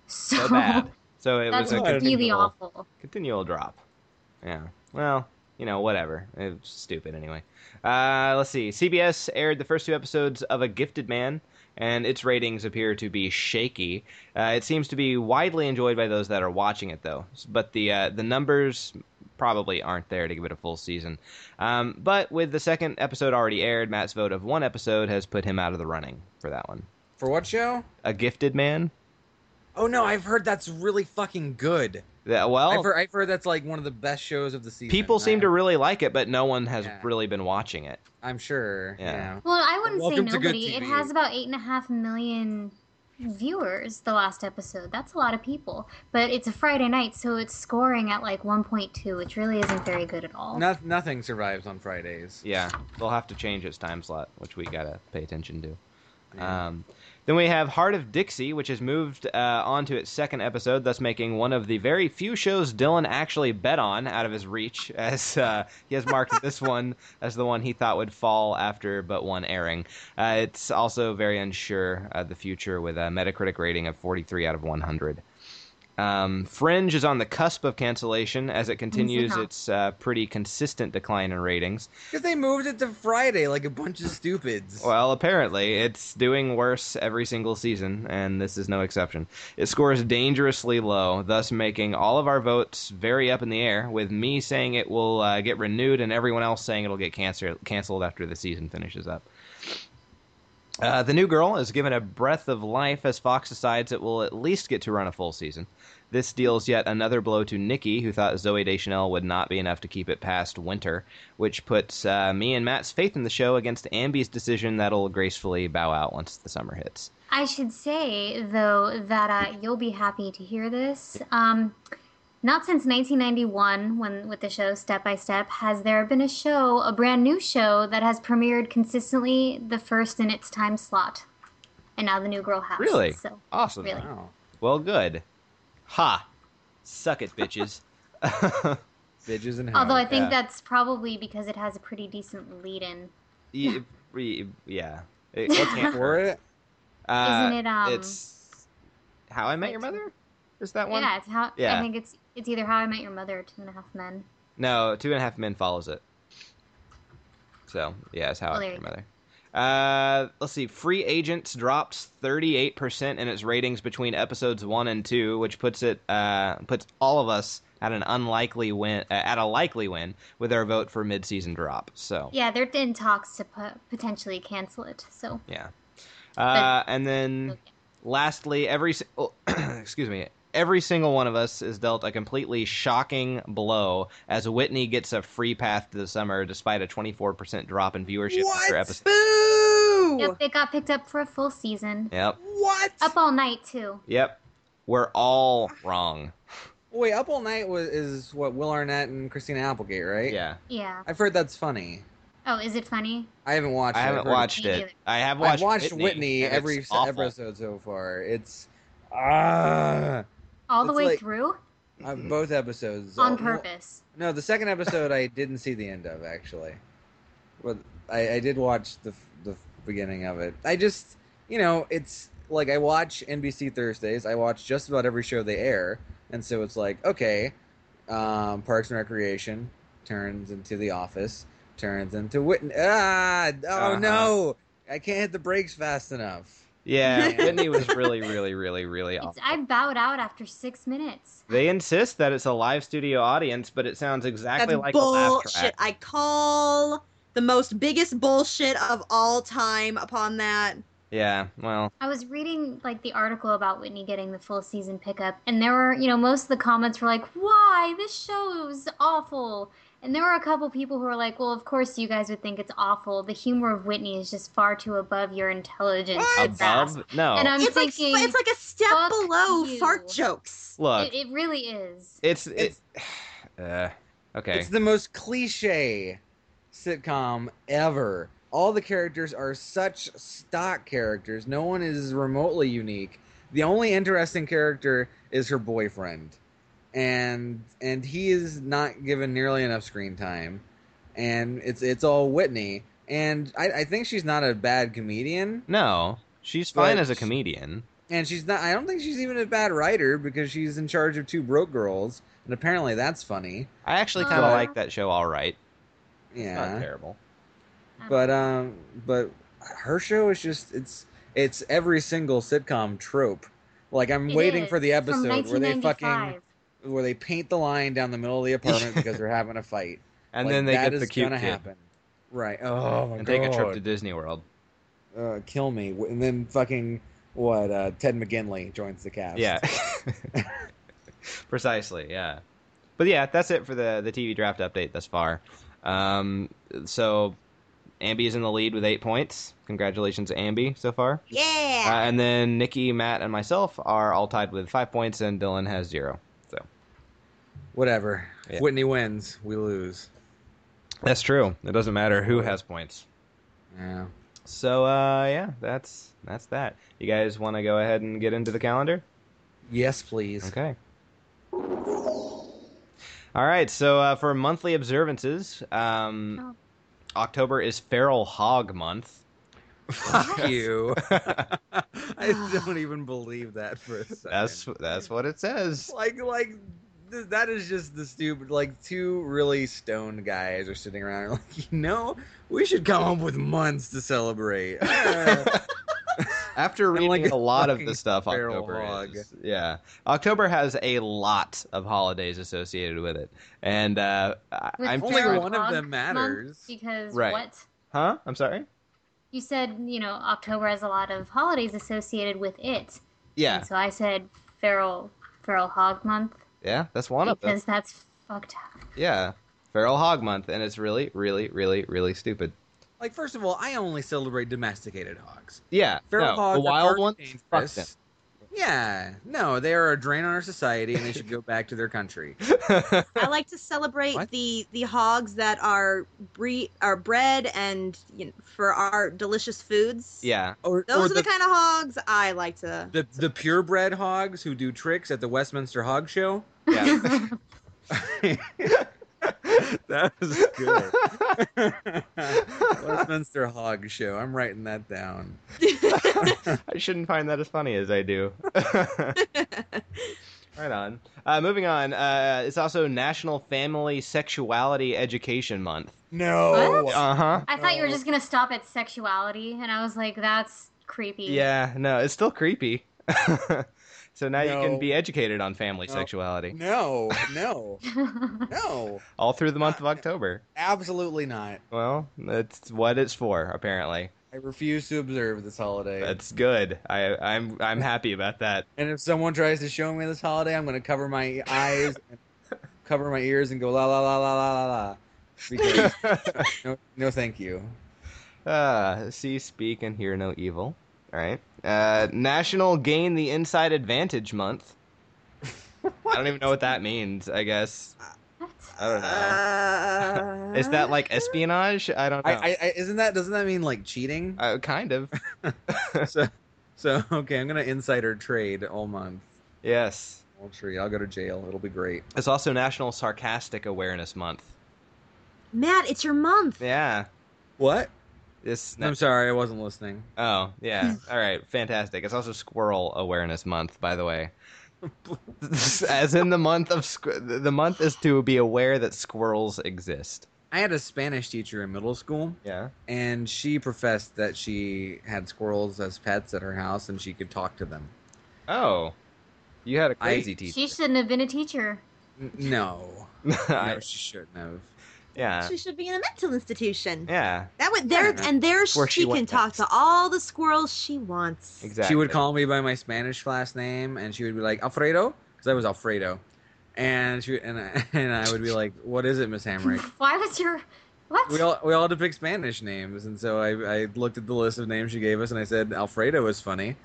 F: So, (laughs)
B: so bad. So it
F: that's
B: was a
C: What?
F: really
B: continual,
F: awful.
B: continual drop. Yeah. Well, you know, whatever. It's stupid anyway. Uh, let's see. CBS aired the first two episodes of A Gifted Man, and its ratings appear to be shaky. Uh, it seems to be widely enjoyed by those that are watching it, though. But the uh, the numbers probably aren't there to give it a full season. Um, but with the second episode already aired, Matt's vote of one episode has put him out of the running for that one.
C: For what show?
B: A Gifted Man.
C: Oh no, I've heard that's really fucking good.
B: That, well,
C: I've, heard, I've heard that's like one of the best shows of the season.
B: Oh. People seem
C: I-
B: to really like it, but no one has
C: Yeah.
B: really been watching it.
C: I'm sure.
B: Yeah.
C: Yeah.
F: Well, I wouldn't say
C: Welcome to Good
F: nobody. It
C: TV.
F: has about 8.5 million viewers the last episode. That's a lot of people. But it's a Friday night, so it's scoring at like 1.2, which really isn't very good at all.
C: No, nothing survives on Fridays.
B: Yeah, they'll have to change its time slot, which we gotta pay attention to.
C: Yeah.
B: Um, then we have Heart of Dixie, which has moved uh, on to its second episode, thus making one of the very few shows Dylan actually bet on out of his reach, (laughs) as uh, he has marked this one as the one he thought would fall after but one airing. Uh, it's also very unsure of the future with a Metacritic rating of 43 out of 100. Um, Fringe is on the cusp of cancellation as it continues
F: not.
B: its uh, pretty consistent decline in ratings.
C: Because they moved it to Friday like a bunch of stupids.
B: Well, apparently, it's doing worse every single season, and this is no exception. It scores dangerously low, thus making all of our votes very up in the air, with me saying it will uh, get renewed and everyone else saying it'll get cancer- canceled after the season finishes up. Uh, the new girl is given a breath of life as Fox decides it will at least get to run a full season. This deals yet another blow to Nikki, who thought Zoe Deschanel would not be enough to keep it past winter, which puts uh, me and Matt's faith in the show against Amby's decision that'll gracefully bow out once the summer hits.
F: I should say though that uh, you'll be happy to hear this. Um, not since 1991, when with the show Step by Step, has there been a show, a brand new show that has premiered consistently the first in its time slot, and now the New Girl has.
B: Really? Oh
F: So
B: Awesome.
F: Really?
C: Wow.
B: Well, good. Ha! Suck it, bitches.
C: Bitches and
F: although I think
B: yeah.
F: that's probably because it has a pretty decent lead-in.
B: Ye- re- yeah. It- what can't
C: for
B: work. (laughs)
C: it.
B: Uh,
F: Isn't it, um,
B: It's How I Met Your Mother? Is that one?
F: Yeah, it's how
B: Yeah.
F: I think it's it's either How I Met Your Mother or Two and a Half Men.
B: No, Two and a Half Men follows it. So yeah, it's how
F: Oh,
B: I
F: there
B: met your
F: you
B: mother. Uh, let's see. Free Agents drops 38% in its ratings between episodes one and two, which puts it uh, puts all of us at an unlikely win uh, at a likely win with our vote for mid-season drop. So
F: Yeah, they're in talks to po- potentially cancel it. So
B: yeah. Uh, and then
F: okay.
B: lastly, every si- oh, (clears throat) excuse me, every single one of us is dealt a completely shocking blow as Whitney gets a free path to the summer despite a 24% drop in viewership after
G: What?
B: episode.
G: Boo!
F: Yep, it got picked up for a full season.
B: Yep.
G: What?
F: Up all night too.
B: Yep. We're all wrong.
C: Wait, Up All Night was is what Will Arnett and Christina Applegate, right?
B: Yeah.
F: Yeah.
C: I've heard that's funny.
F: Oh, is it funny?
C: I haven't watched.
B: I
C: it. I've
B: haven't
C: heard
B: watched
F: Me
B: it.
F: neither.
B: I have watched.
C: I've watched Whitney,
B: and it's
C: every s-
B: awful.
C: episode so far. It's ah,
F: All the
C: It's
F: way
C: like-
F: through?
C: uh, both episodes
F: On
C: Oh, well,
F: purpose.
C: No, the second episode I didn't see the end of actually, but I, I did watch the f- the f- beginning of it. I just you know it's like I watch NBC Thursdays. I watch just about every show they air, and so it's like okay, um, Parks and Recreation turns into The Office, turns into Whitney. Ah, oh
B: Uh-huh.
C: no, I can't hit the brakes fast enough. (laughs)
B: Yeah, Whitney was really, really, really, really
F: It's,
B: awful.
F: I bowed out after six minutes.
B: They insist that it's a live studio audience, but it sounds exactly
G: That's
B: like a laugh
G: bullshit.
B: track.
G: I call the most biggest bullshit of all time upon that.
B: Yeah, well,
F: I was reading like the article about Whitney getting the full season pickup, and there were, you know, most of the comments were like, "Why this show is awful," and there were a couple people who were like, "Well, of course you guys would think it's awful. The humor of Whitney is just far too above your intelligence." to
G: What?
F: grasp."
B: above no.
F: And I'm
G: it's
F: thinking,
G: like it's like a step
F: fuck
G: below
F: you.
G: fart jokes.
B: Look,
F: it, it really is.
B: it's it. (sighs) uh, okay.
C: It's the most cliche sitcom ever. All the characters are such stock characters. No one is remotely unique. The only interesting character is her boyfriend. And and he is not given nearly enough screen time. And it's it's all Whitney. And I, I think she's not a bad comedian.
B: no, she's fine
C: But-
B: as a comedian.
C: And she's not I don't think she's even a bad writer because she's in charge of two broke girls. And apparently that's funny.
B: I actually kind of
F: Uh,
B: like that show. All right,
C: Yeah.
B: not terrible.
F: I don't
C: but
F: know.
C: um but her show is just it's it's every single sitcom trope like i'm
F: It
C: waiting for
F: is.
C: the
F: It's from
C: episode where they fucking
F: 1995.
C: where they paint the line down the middle of the apartment
B: (laughs)
C: because they're having a fight
B: And
C: Like,
B: then they
C: that
B: get the
C: is
B: cute
C: gonna
B: kid
C: happen right oh my
B: and
C: god
B: take a trip to Disney World.
C: uh, kill me and then fucking what uh ted mcginley joins the cast
B: Yeah. (laughs) Precisely, yeah. But yeah, that's it for the the TV draft update thus far. Um, so Ambi is in the lead with eight points. Congratulations, Ambi, so far. Uh,
G: Yeah.
B: and then Nikki, Matt, and myself are all tied with five points, and Dylan has zero.
C: whatever
B: Yeah.
C: whitney wins we lose
B: That's true. It doesn't matter who has points.
C: yeah
B: So uh, yeah, that's that's that. You guys want to go ahead and get into the calendar?
C: yes please
B: Okay. All right. So uh, for monthly observances, um, October is Feral Hog Month. (laughs)
C: Fuck you
B: that's
C: (laughs) i don't even believe that for a second
B: that's what it says.
C: like like th- that is just the stupid like two really stoned guys are sitting around (laughs) and like you know we should come up with months to celebrate Ah.
B: After reading
C: like,
B: a lot of
C: fucking
B: the stuff
C: feral
B: October
C: hog.
B: is, yeah, October has a lot of holidays associated with it, and uh, I,
F: With
C: (laughs)
B: I'm
C: only
F: Feral
C: one of
F: Hog
C: them
F: Month,
C: matters.
F: because
B: Right.
F: what?
B: huh? I'm sorry.
F: You said you know October has a lot of holidays associated with it.
B: Yeah,
F: And so I said feral feral hog month
B: yeah, that's one of them.
F: because that's fucked up.
B: Yeah, Feral Hog Month, and it's really, really, really, really stupid.
C: like first of all i only celebrate domesticated hogs
B: Yeah,
C: feral
B: no,
C: hogs
B: the
C: are
B: wild
C: dark
B: ones.
C: dangerous.
B: Fuck them.
C: yeah no they are a drain on our society and they should go back to their country
G: I like to celebrate
C: What?
G: the the hogs that are bre- are bred and you know, for our delicious foods.
C: (laughs)
B: yeah,
C: (laughs) or,
G: Those
C: or
G: are the,
C: the,
G: kind of hogs I like to.
C: the the purebred hogs who do tricks at the westminster hog show
B: yeah.
C: that was good (laughs) (laughs)
B: (laughs)
C: Westminster Hog Show. I'm writing that down.
B: I shouldn't find that as funny as I do. right on. Uh, moving on. Uh, it's also National Family Sexuality Education Month.
C: No.
B: Uh huh.
F: I thought you were just gonna stop at sexuality, and I was like, that's creepy. (laughs)
B: Yeah. No, it's still creepy. (laughs) so now you
C: No.
B: can be educated on family
C: No.
B: sexuality
C: No, no, no.
B: all through the month of October.
C: Absolutely not.
B: Well, that's what it's for, apparently.
C: I refuse to observe this holiday.
B: That's good. I, I'm I'm happy about that.
C: (laughs) and if someone tries to show me this holiday, I'm going to cover my eyes, and cover my ears, and go la la la la la la la. (laughs) Because no, no, thank you.
B: Uh, see, speak, and hear no evil. All right. Uh, National Gain the (laughs) Inside Advantage Month. I don't even know what that means. I guess
F: What?
C: I don't know.
G: Uh,
B: Is that like espionage? I don't know.
C: I, I, I isn't that doesn't that mean like cheating?
B: uh, kind of.
C: (laughs) so, so okay, I'm gonna insider trade all month.
B: Yes.
C: I'll treat. I'll go to jail. It'll be great.
B: It's also National Sarcastic Awareness Month.
G: Matt? It's your month.
B: Yeah.
C: What?
B: This.
C: I'm sorry, I wasn't listening.
B: Oh, yeah. All right. Fantastic. It's also Squirrel Awareness Month, by the (laughs) way. As in the month of squ- the month is to be aware that squirrels exist.
C: I had a Spanish teacher in middle school,
B: Yeah.
C: and she professed that she had squirrels as pets at her house, and she could talk to them.
B: Oh, you had a
C: I-
B: crazy teacher.
F: She shouldn't have been a teacher.
C: N- No,
B: (laughs) I-
C: no, she shouldn't have.
B: yeah.
G: She should be in a mental institution.
B: Yeah.
G: That would there
C: Yeah.
G: and there
B: Where
G: she
B: she
G: can
B: went
G: talk
B: next.
G: to all the squirrels she wants.
B: Exactly.
C: She would (laughs) call me by my Spanish last name, and she would be like Alfredo, because I was Alfredo, and she and I, (laughs) and I would be like, "What is it, Miss Hamrick?"
F: Why was your what?
C: We all we all had to pick Spanish names, and so I, I looked at the list of names she gave us, and I said Alfredo is funny.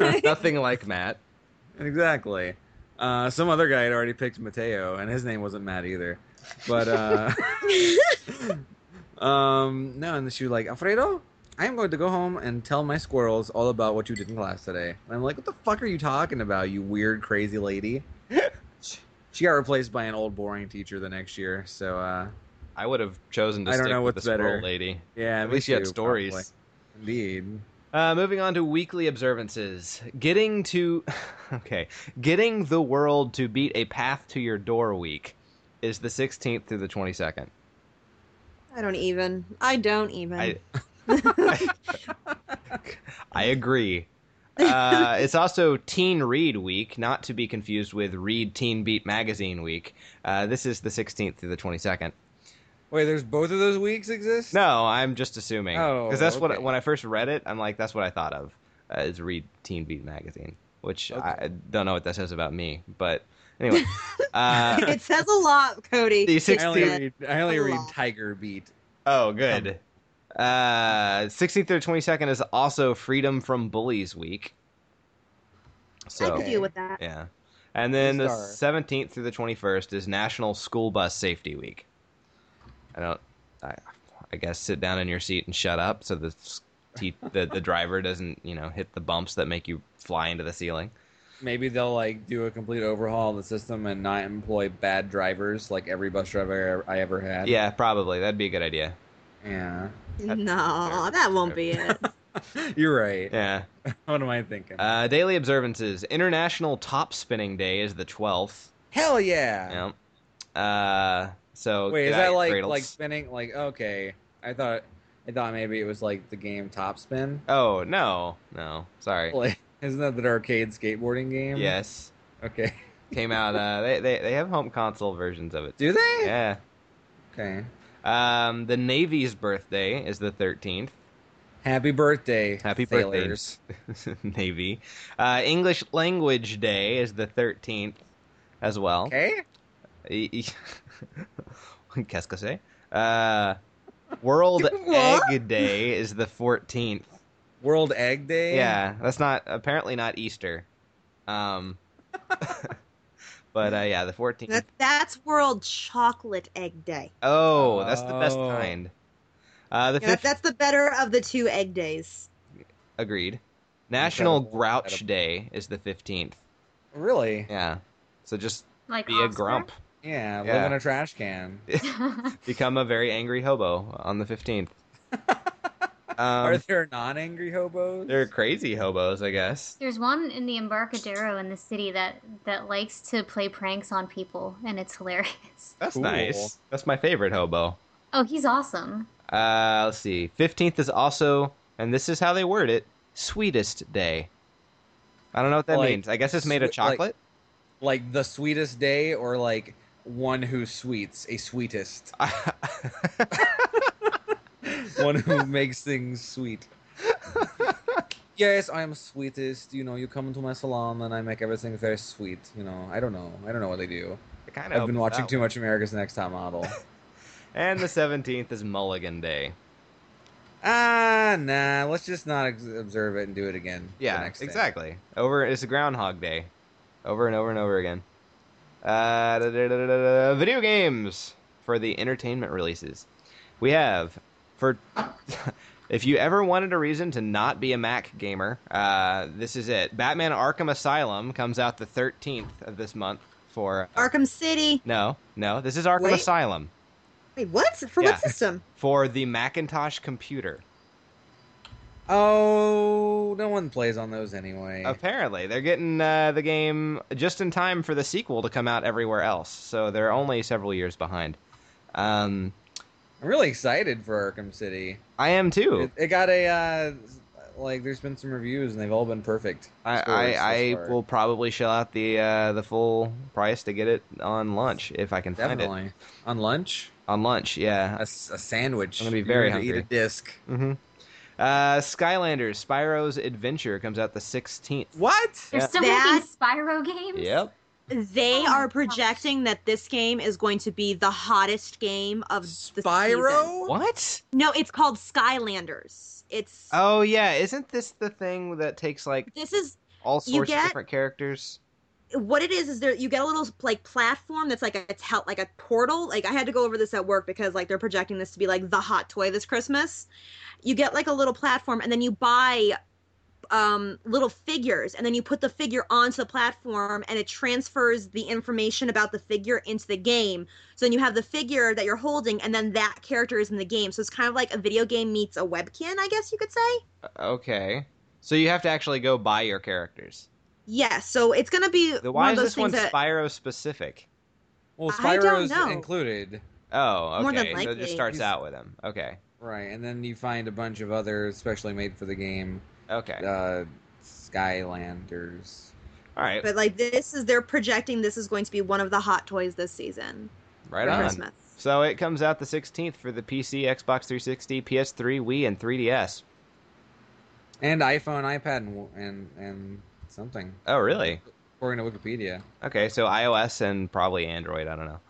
B: (laughs) Nothing like Matt.
C: exactly. Uh, some other guy had already picked Mateo, and his name wasn't Matt either. But (laughs) uh, um, no, and she was like Alfredo. I am going to go home and tell my squirrels all about what you did in class today. And I'm like, what the fuck are you talking about, you weird, crazy (laughs) lady? she got replaced by an old, boring teacher the next year. So, uh,
B: I would have chosen to
C: I
B: stick
C: don't know
B: with
C: what's
B: the squirrel
C: better.
B: lady.
C: yeah.
B: At
C: me
B: least you had
C: too,
B: stories.
C: probably. Indeed.
B: Uh, moving on to weekly observances. Getting to. (laughs) Okay. Getting the world to beat a path to your door week is the 16th through the 22nd.
G: I don't even. I don't even.
B: I, (laughs) I agree. Uh, it's also Teen Read Week, not to be confused with Read Teen Beat Magazine Week. Uh, this is the 16th through the 22nd.
C: Wait, there's both of those weeks exist?
B: No, I'm just assuming
C: Oh,
B: because that's what
C: okay.
B: when I first read it, I'm like, that's what I thought of uh, is Read Teen Beat Magazine, which I don't know what that says about me, but
C: (laughs)
B: anyway. uh,
G: (laughs) it says a lot, Cody.
B: The
G: It
C: I
B: 16
C: only
G: said-
C: read, I only
G: A
C: read
G: lot.
C: Tiger Beat.
B: Oh, good. Uh, 16th through 22nd is also Freedom from Bullies Week.
G: I
B: So,
G: could deal with that.
B: yeah. And then the
C: Star.
B: 17th through the 21st is National School Bus Safety Week. I don't, I, I guess sit down in your seat and shut up so the, s-
C: (laughs)
B: te- the, the driver doesn't, you know, hit the bumps that make you fly into the ceiling.
C: Maybe they'll like do a complete overhaul of the system and not employ bad drivers like every bus driver I ever had.
B: Yeah, probably. That'd be a good idea.
C: Yeah. (laughs)
G: No, that won't be it.
C: You're right.
B: Yeah.
C: What am I thinking?
B: Uh, daily observances. International Top Spinning Day is the 12th.
C: Hell yeah.
B: Yeah. Uh, so
C: Wait, is
B: get out
C: that
B: your
C: like
B: cradles.
C: like spinning like okay. I thought I thought maybe it was like the game Top Spin.
B: Oh no, no, sorry.
C: Like (laughs) isn't that the arcade skateboarding game?
B: Yes,
C: Okay. (laughs)
B: came out. Uh, they, they they have home console versions of it.
C: Do they?
B: Yeah.
C: Okay.
B: Um, the Navy's birthday is the thirteenth.
C: Happy birthday.
B: Happy birthday. (laughs)
C: sailors.
B: Navy. Uh, English Language Day is the thirteenth, as well.
C: Okay.
B: Y- y- (laughs) Qu'est-ce que c'est? Uh, World
G: (laughs) What?
B: Egg Day is the fourteenth.
C: World Egg Day.
B: Yeah, that's not apparently not Easter. Um, (laughs) but uh, yeah, the 14th.
G: That, that's World Chocolate Egg Day.
B: oh, that's the best
C: Oh.
B: kind. Uh, the
G: Yeah, that-
B: fifth.
G: that's the better of the two egg days.
B: Agreed. National
C: Incredible.
B: Grouch Day is the 15th.
C: Really?
B: Yeah. So just
F: like
B: be a
C: (laughs)
F: Oscar?
B: grump.
C: Yeah,
B: Yeah.
C: live in a trash can.
B: Become a very angry hobo on the 15th.
C: (laughs) Are
B: Um,
C: there non-angry hobos?
B: they're crazy hobos, I guess.
F: (laughs) There's one in the Embarcadero in the city that that likes to play pranks on people, and it's hilarious.
B: That's
C: Cool.
B: nice. That's my favorite hobo.
F: Oh, he's awesome.
B: Uh, let's see. 15th is also, and this is how they word it, sweetest day. I don't know what that
C: Like,
B: means. I guess it's made of
C: swe- like-
B: chocolate. (laughs)
C: like the sweetest day, or like one who sweets a
B: (laughs)
C: sweetest, one who makes things
B: (laughs)
C: sweet. yes, I am sweetest. You know, you come into my salon and I make everything very sweet. You know, I don't know. I don't know what they do.
B: I kind
C: I've been watching too much America's Next Top
B: (laughs)
C: Model.
B: And the 17th is Mulligan Day.
C: ah, nah. Let's just not ex- observe it and do it again. the
B: Yeah,
C: next day.
B: exactly. Over it's Groundhog Day, over and over and over again. Uh, da- da- da- da- da- da. video games for the entertainment releases. We have for (laughs) if you ever wanted a reason to not be a Mac gamer, uh, this is it. Batman: Arkham Asylum comes out the 13th of this month for
G: Arkham City.
B: no, no, this is Arkham
G: Wait.
B: Asylum
G: Wait, what? For
B: Yeah.
G: what system?
B: for the Macintosh computer.
C: Oh, no one plays on those anyway.
B: Apparently, they're getting uh, the game just in time for the sequel to come out everywhere else, so they're only several years behind. Um,
C: I'm really excited for Arkham City.
B: I am too.
C: It, it got a uh, like. There's been some reviews and they've all been perfect.
B: I,
C: scores thus
B: I, I
C: far.
B: will probably shell out the uh, the full price to get it on lunch if I can find it
C: definitely on lunch
B: on lunch.
C: a,
B: Yeah.
C: s- a sandwich.
B: I'm gonna be
C: You're
B: very
C: gonna Eat
B: hungry.
C: a disc.
B: Mm-hmm. Uh, Skylanders: Spyro's Adventure comes out the 16th.
C: What?
F: They're
B: Yeah.
F: still
G: That-
F: making Spyro games?
B: Yep.
G: They
F: Oh my
G: are
F: gosh.
G: projecting that this game is going to be the hottest game of the season.
C: Spyro?
B: What?
G: No, it's called Skylanders. It's
B: Oh yeah, isn't this the thing that takes like
G: this is
B: all
G: You
B: sorts of
G: get-
B: different characters?
G: what it is is there you get a little like platform that's like a tel- like a portal like i had to go over this at work because like they're projecting this to be like the hot toy this christmas you get like a little platform and then you buy um little figures and then you put the figure onto the platform and it transfers the information about the figure into the game so then you have the figure that you're holding and then that character is in the game so it's kind of like a video game meets a webkin i guess you could say
B: Okay. So you have to actually go buy your characters.
G: yes so it's gonna be
B: The,
G: one
B: why
G: of
B: is
G: those
B: this one
G: things that
B: Spyro specific?
C: Well,
G: I don't
C: Spyro's
G: know.
C: included,
B: Oh, okay.
G: More than
B: so it
G: likely.
B: just starts
C: He's-
B: out with him. Okay.
C: right? And then you find a bunch of other specially made for the game
B: Okay.
C: uh, Skylanders.
B: All right.
G: But like this is they're projecting this is going to be one of the hot toys this season
B: Right
G: for
B: on.
G: Christmas.
B: So it comes out the 16th for the PC, Xbox 360, PS3, Wii, and 3DS.
C: and iPhone, iPad, and and, and something
B: Oh, really?
C: according to Wikipedia.
B: Okay, so iOS and probably Android. I don't know.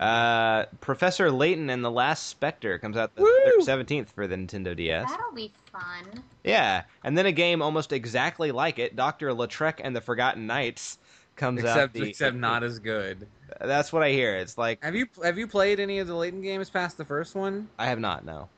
B: Uh, Professor Layton and the Last Spectre comes out the
C: Woo!
B: 17th for the Nintendo DS.
F: That'll be fun.
B: Yeah, and then a game almost exactly like it, Doctor Lautrec and the Forgotten Knights, comes out.
C: except
B: the-
C: except not as good.
B: That's what I hear. It's like
C: Have you have you played any of the Layton games past the first one?
B: I have not. No,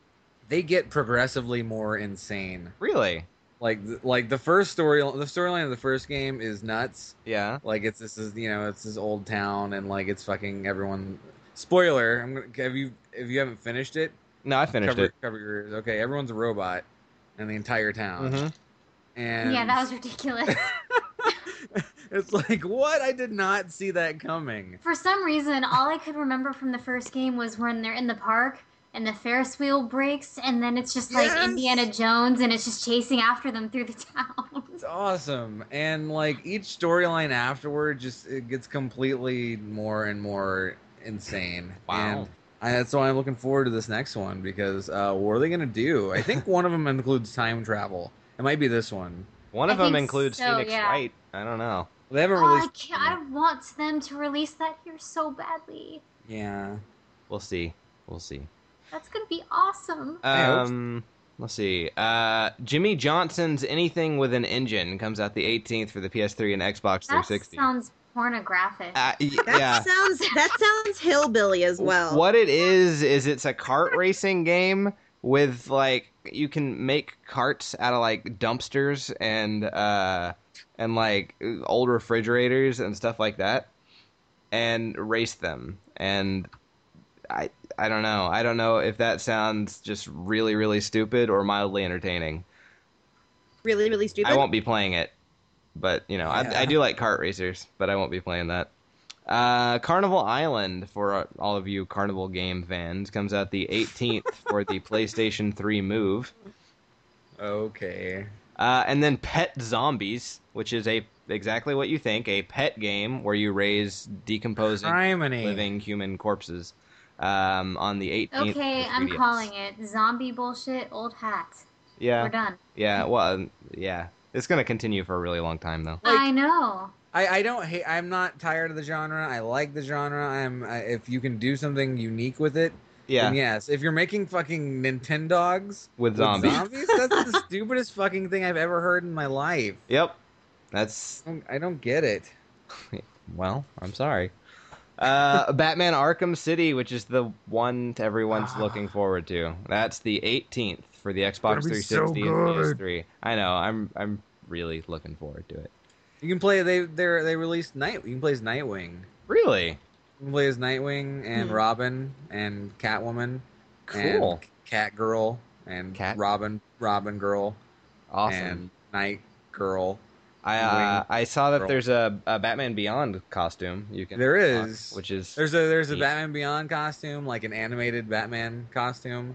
C: They get progressively more insane.
B: really.
C: Like th- like the first story the storyline of the first game is nuts.
B: Yeah.
C: Like it's this is you know it's this old town and like it's fucking everyone. Spoiler: I'm gonna have you if you haven't finished it.
B: No, I finished
C: cover,
B: it.
C: Cover your ears. Okay, everyone's a robot, and the entire town.
B: Mhm.
C: And
F: Yeah, that was (laughs) ridiculous.
C: (laughs)
B: (laughs)
C: it's like what I did not see that coming.
F: For some reason, all I could remember from the first game was when they're in the park and the Ferris wheel breaks, and then it's just like
C: Yes!
F: Indiana Jones and it's just chasing after them through the town. (laughs)
C: It's awesome, and like each storyline afterward, just it gets completely more and more insane.
B: Wow.
C: And I, that's why I'm looking forward to this next one because uh, what are they gonna do? I think one of them includes time travel. It might be this one.
B: One of
F: I
B: them
F: think
B: includes
F: so,
B: Phoenix
F: yeah.
B: Wright. I don't know.
C: They haven't
F: Oh, I,
C: released.
F: can't, I want them to release that here so badly.
C: Yeah.
B: We'll see. We'll see.
F: That's gonna be awesome.
C: I hope so.
B: Um, let's see. Uh, Jimmy Johnson's Anything with an Engine comes out the 18th for the PS3 and Xbox
F: That
B: 360.
F: sounds pornographic.
B: uh, y-
G: That
B: yeah.
G: sounds that sounds hillbilly as well.
B: What it is is it's a cart racing game with like you can make carts out of like dumpsters and uh and like old refrigerators and stuff like that and race them and I I don't know. I don't know if that sounds just really really stupid or mildly entertaining.
G: Really, really stupid.
B: I won't be playing it, but you know,
C: Yeah.
B: I, I do like kart racers, but I won't be playing that. Uh, Carnival Island for all of you Carnival game fans comes out the 18th for the PlayStation 3 Move,
C: Okay.
B: uh, and then Pet Zombies, which is a exactly what you think, a pet game where you raise decomposing
C: Criminy.
B: living human corpses. Um, on the 18th.
F: okay,
B: for
F: I'm
B: 3DS.
F: calling it zombie bullshit, old hat. We're
B: Yeah,
F: done.
B: yeah. Well, um, yeah. It's gonna continue for a really long time though.
C: Like-
F: I know.
C: I, I don't hate. I'm not tired of the genre. I like the genre. I'm I, if you can do something unique with it.
B: Yeah,
C: then yes. If you're making fucking Nintendogs
B: with zombies.
C: with zombies, that's
B: (laughs)
C: the stupidest fucking thing I've ever heard in my life.
B: Yep. That's
C: I don't, I don't get it.
B: well, I'm sorry.
C: (laughs)
B: Uh, Batman Arkham City, which is the one t- everyone's
C: Ah.
B: looking forward to. That's the 18th for the Xbox
C: That'd be so
B: 360
C: good.
B: and PS3. I know. I'm I'm really looking forward to it.
C: You can play. They they they released Night. You can play as Nightwing.
B: Really
C: You can play as Nightwing and
G: Hmm.
C: Robin and Catwoman
B: cool.
C: and Cat Girl and
B: Cat-
C: Robin Robin Girl
B: awesome.
C: and Night Girl.
B: I uh, I saw that
C: Girl.
B: there's a, a Batman Beyond costume. You can
C: There
B: unlock,
C: is.
B: which is
C: There's a there's a
B: Neat.
C: Batman Beyond costume, like an animated Batman costume.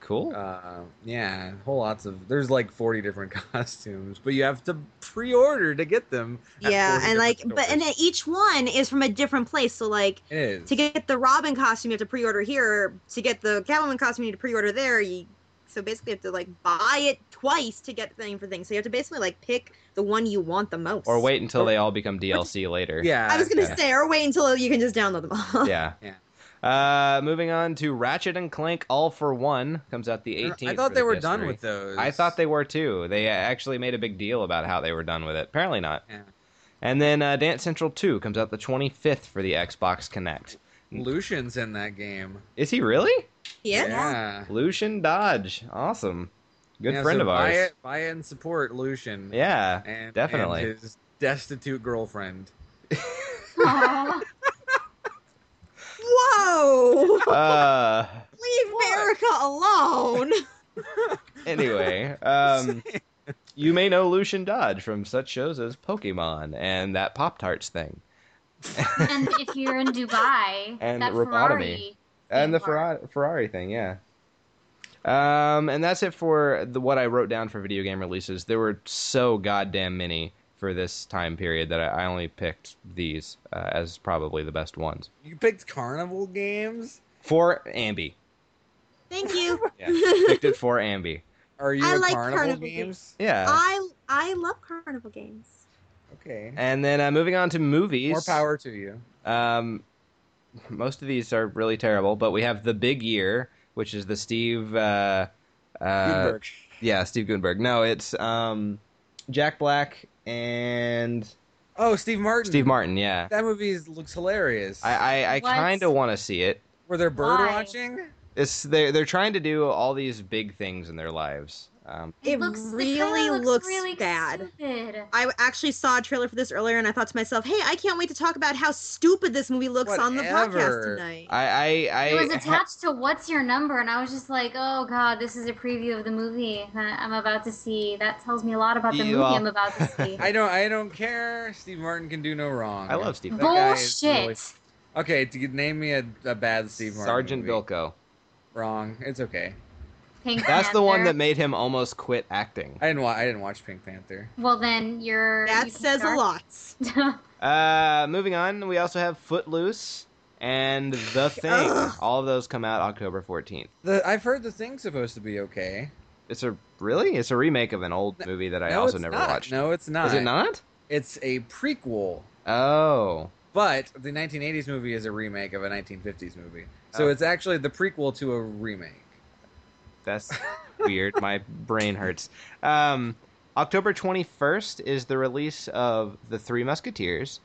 B: cool.
C: Uh, yeah, whole lots of there's like 40 different (laughs) costumes, but you have to pre-order to get them. at
G: Yeah,
C: 40
G: and like,
C: different
G: but and
C: stores.
G: then each one is from a different place. So like,
C: it is
G: to get the Robin costume, you have to pre-order here. To get the Catwoman costume, you have to pre-order there. You so basically you have to like buy it twice to get thing for thing. So you have to basically like pick the one you want the most.
B: or wait until they all become DLC later.
C: Yeah,
G: I was gonna
B: Yeah.
G: say, or wait until you can just download them all. (laughs)
B: (laughs) Yeah.
C: Yeah.
B: Uh, moving on to Ratchet and Clank All for One comes out the 18th.
C: I
B: for
C: thought they
B: the
C: were
B: PS3.
C: done with those.
B: I thought they were too. They uh, actually made a big deal about how they were done with it. Apparently not.
C: Yeah.
B: And then uh, Dance Central 2 comes out the 25th for the Xbox Connect.
C: Lucian's in that game.
B: Is he really?
G: Yeah.
C: yeah.
B: Lucian Dodge. Awesome. Good
C: Yeah,
B: friend
C: so
B: of
C: Buy
B: ours.
C: it, buy it and support Lucian. (laughs)
B: Yeah.
C: and,
B: definitely.
C: and his destitute girlfriend.
B: (laughs)
F: Aw.
G: Whoa!
B: Uh,
G: Leave America alone.
B: anyway,
C: (laughs)
B: um, you may know Lucian Dodge from such shows as Pokemon and that Pop Tarts thing.
F: and if you're in Dubai,
B: And
F: that
B: robotomy.
F: Ferrari.
B: and the
F: theme park.
B: Ferrari, Ferrari thing, yeah. Um, and that's it for the what I wrote down for video game releases. There were so goddamn many for this time period that I, I only picked these uh, as probably the best ones
C: You picked carnival games.
B: for Ambi.
G: (laughs) Thank (laughs) you.
B: Yeah. picked it
C: (laughs)
B: for Ambi.
C: Are you
G: I
C: a
G: like
C: carnival,
G: carnival
C: games?
B: Yeah.
G: I I love carnival games.
C: Okay.
B: And then uh, moving on to movies.
C: More power to you.
B: Um, most of these are really terrible, but we have the Big Year, which is the Steve. Uh, uh,
C: Gutenberg.
B: Yeah, Steve Gutenberg. No, it's um, Jack Black and
C: Oh, Steve Martin.
B: Steve Martin. Yeah,
C: That movie is, looks hilarious.
B: I I, I
F: What?
B: kind of want to see it.
C: Were there bird
F: Why?
C: watching?
B: It's they they're trying to do all these big things in their lives. Um,
G: It
F: looks, the
G: really
F: trailer looks,
G: looks
F: really
G: bad.
F: Stupid.
G: I actually saw a trailer for this earlier, and I thought to myself, "Hey, I can't wait to talk about how stupid this movie looks on the podcast
C: Whatever.
G: tonight."
B: I I I
F: It was
B: ha-
F: attached to What's Your Number, and I was just like, oh god, this is a preview of the movie that I'm about to see. That tells me a lot about the
B: You uh,
F: movie
B: all-
F: I'm about
B: (laughs)
F: to see.
C: I don't. I don't care. Steve Martin can do no wrong.
B: I love Steve.
C: That guy is
F: Bullshit.
C: really- Okay, to get- name me a, a bad Steve Martin.
B: Sergeant
C: movie.
B: Bilko.
C: Wrong. It's okay.
F: Pink
B: That's the one that
F: Panther.
B: made him almost quit acting.
C: I didn't. Wa- I didn't watch Pink Panther.
F: Well, then you're.
G: That
F: you can
G: says
F: start.
G: a lot.
B: Uh, moving on, we also have Footloose and
F: (laughs)
B: The Thing.
G: Ugh.
B: All of those come out October fourteenth.
C: The, I've heard the thing's supposed to be okay.
B: It's a really it's a remake of an old movie that I
C: no,
B: also
C: it's
B: never
C: not.
B: watched.
C: No, it's not.
B: Is it not?
C: It's a prequel,
B: Oh,
C: but the 1980s movie is a remake of a 1950s movie. So
B: Oh.
C: it's actually the prequel to a remake.
B: that's weird. My brain hurts. Um, October 21st is the release of The Three Musketeers.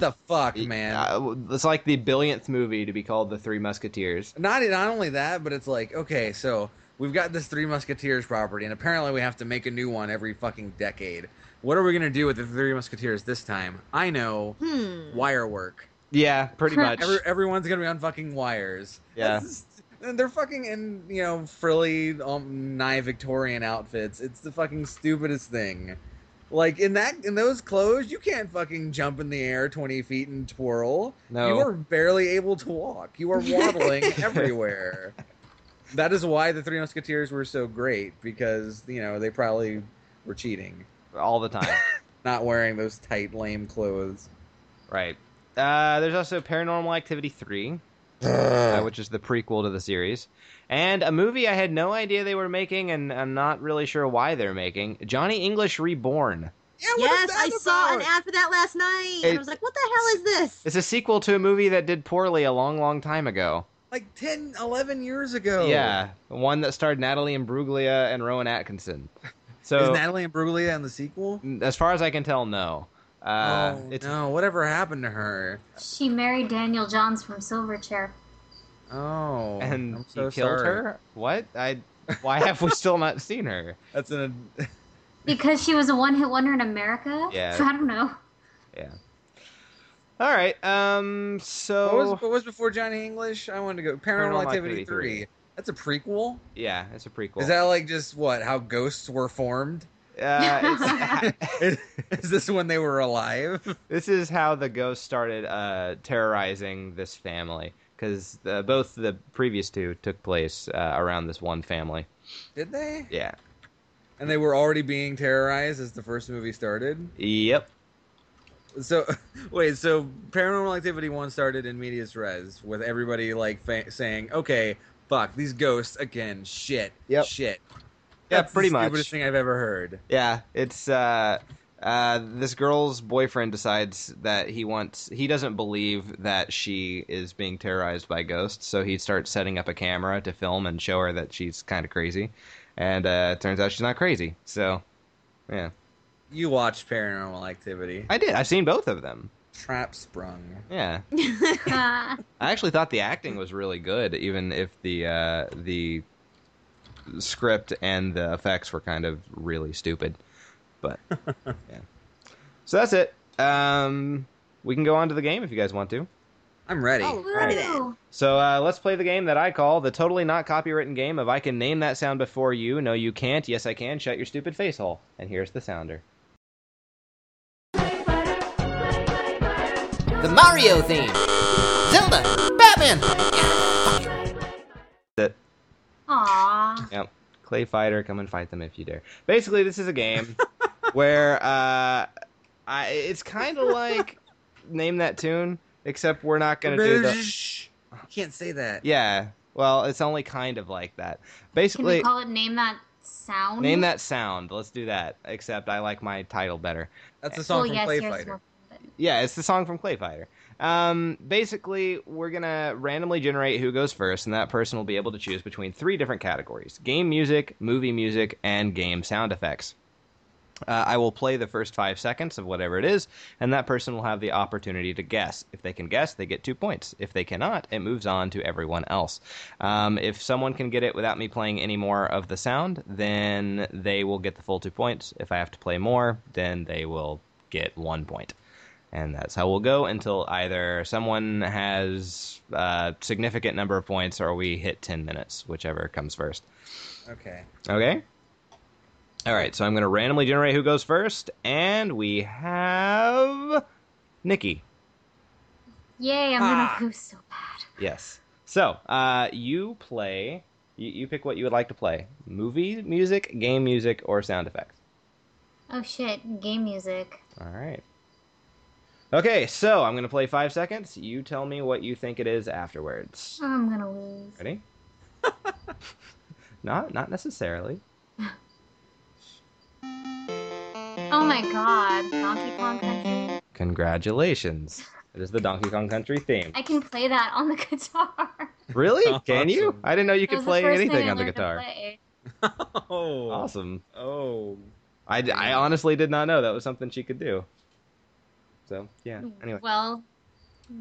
C: What the fuck, man?
B: Uh, it's like the billionth movie to be called The Three Musketeers.
C: not not only that, but it's like okay, so we've got this Three Musketeers property, and apparently we have to make a new one every fucking decade. What are we gonna do with the Three Musketeers this time? I know
G: Hmm.
C: wire work.
B: Yeah, pretty much. (laughs)
C: Every, everyone's gonna be on fucking wires.
B: Yeah.
C: That's- and they're fucking in you know frilly um, nigh Victorian outfits. It's the fucking stupidest thing. Like in that in those clothes, you can't fucking jump in the air twenty feet and twirl.
B: No.
C: You are barely able to walk. You are
B: (laughs)
C: waddling everywhere. That is why the Three Musketeers were so great because you know they probably were cheating,
B: All the time.
C: not wearing those tight lame clothes.
B: right. Uh, there's also Paranormal Activity 3, uh, which is the prequel to the series. And a movie I had no idea they were making, and I'm not really sure why they're making Johnny English Reborn.
C: Yeah, what is
G: Yes,
C: that
G: I saw
C: about?
G: an ad for that last night, and I
B: It-
G: was like, "What the hell is this?"
B: It's a sequel to a movie that did poorly a long, long time ago.
C: like 10, 11 years ago.
B: Yeah, the one that starred Natalie
C: (laughs)
B: Imbruglia and Rowan Atkinson.
C: Is
B: So,
C: Natalie Imbruglia in the sequel?
B: as far as I can tell, no. Uh,
C: oh
B: it's
C: no! Whatever happened to her?
F: (laughs) She married Daniel Johns from Silverchair.
C: Oh,
B: and
C: I'm
B: he
C: so
B: killed
C: sorry.
B: her. What? I. Why have we still not
C: (laughs)
B: seen her?
C: That's an.
F: Because she was a one hit wonder in America?
B: Yeah.
F: I don't
B: (laughs)
F: know. (laughs)
B: All right. Um.
C: What
B: So
C: was, what was before Johnny English? I wanted to go Paranormal,
B: Paranormal
C: Activity, 3.
B: Activity three.
C: That's a prequel.
B: yeah, it's a prequel.
C: Is that like just what how ghosts were
B: (laughs)
C: formed?
B: Uh, it's, (laughs)
C: Is this when they were alive?
B: this is how the ghost started uh, terrorizing this family because uh, both the previous two took place uh, around this one family.
C: Did they?
B: Yeah.
C: And they were already being terrorized as the first movie started.
B: Yep.
C: So (laughs) wait, so Paranormal Activity one started in medias res with everybody like fa- saying, "Okay, fuck these ghosts again, shit,
B: Yep.
C: shit."
B: Yeah,
C: That's
B: pretty
C: the
B: much.
C: Stupidest thing I've ever heard.
B: Yeah, it's uh, uh, this girl's boyfriend decides that he wants he doesn't believe that she is being terrorized by ghosts, so he starts setting up a camera to film and show her that she's kind of crazy, and uh, it turns out she's not crazy. So, yeah,
C: You watched Paranormal Activity.
B: I did. I've seen both of them.
C: Trap sprung.
B: Yeah,
G: (laughs)
F: Uh,
B: I actually thought the acting was really good, even if the uh, the script and the effects were kind of really stupid. But yeah, so that's it. Um, we can go on to the game if you guys want to.
C: I'm ready.
G: Oh, ready then.
F: woo.
B: So uh, let's play the game that I call the totally not copywritten game of I can name that sound before you. No, you can't. Yes, I can. Shut your stupid face hole. And here's the sounder.
A: The Mario theme. Zelda. Batman.
B: That
F: Aw.
B: Yep. Clay Fighter, come and fight them if you dare. Basically, this is a game where uh, I, it's kind of like name that tune, except we're not gonna do the.
C: Shh. You can't say that.
B: Yeah. Well, it's only kind of like that.
F: Can
B: Basically,
F: we call it Name That Sound?
B: name that sound. Let's do that. Except I like my title better.
C: That's a song
F: Well,
C: from
F: yes,
C: Play
F: here's
C: Fighter.
F: one. But
B: Yeah, it's the song from Clay Fighter. Um, basically, we're gonna randomly generate who goes first, and that person will be able to choose between three different categories: game music, movie music, and game sound effects. Uh, I will play the first five seconds of whatever it is, and that person will have the opportunity to guess. If they can guess, they get two points. If they cannot, it moves on to everyone else. Um, if someone can get it without me playing any more of the sound, then they will get the full two points. If I have to play more, then they will get one point. And that's how we'll go until either someone has a significant number of points or we hit 10 minutes, whichever comes first.
C: Okay.
B: Okay? All right, so I'm going to randomly generate who goes first, and we have Nikki.
F: Yay, I'm
C: Ah.
F: gonna lose so bad.
B: Yes. So, uh, you play, you, you pick what you would like to play movie music, game music, or sound effects.
F: Oh shit, game music.
B: All right. Okay, so I'm going to play five seconds. You tell me what you think it is afterwards.
F: Oh, I'm gonna lose.
B: Ready? (laughs) not not necessarily.
F: Oh my god, Donkey Kong Country.
B: Congratulations. It is the Donkey Kong Country theme.
F: I can play that on the (laughs) guitar.
B: Really? Can you?
C: Awesome.
B: I didn't know you
F: That was
B: could
F: the
B: play
F: first thing
B: anything
F: I
B: on the
F: learned to
B: guitar.
F: play.
C: Oh.
B: (laughs) Awesome.
C: Oh.
B: I, d- I honestly did not know that was something she could do. So, yeah.
F: (laughs)
B: Anyway.
F: Well,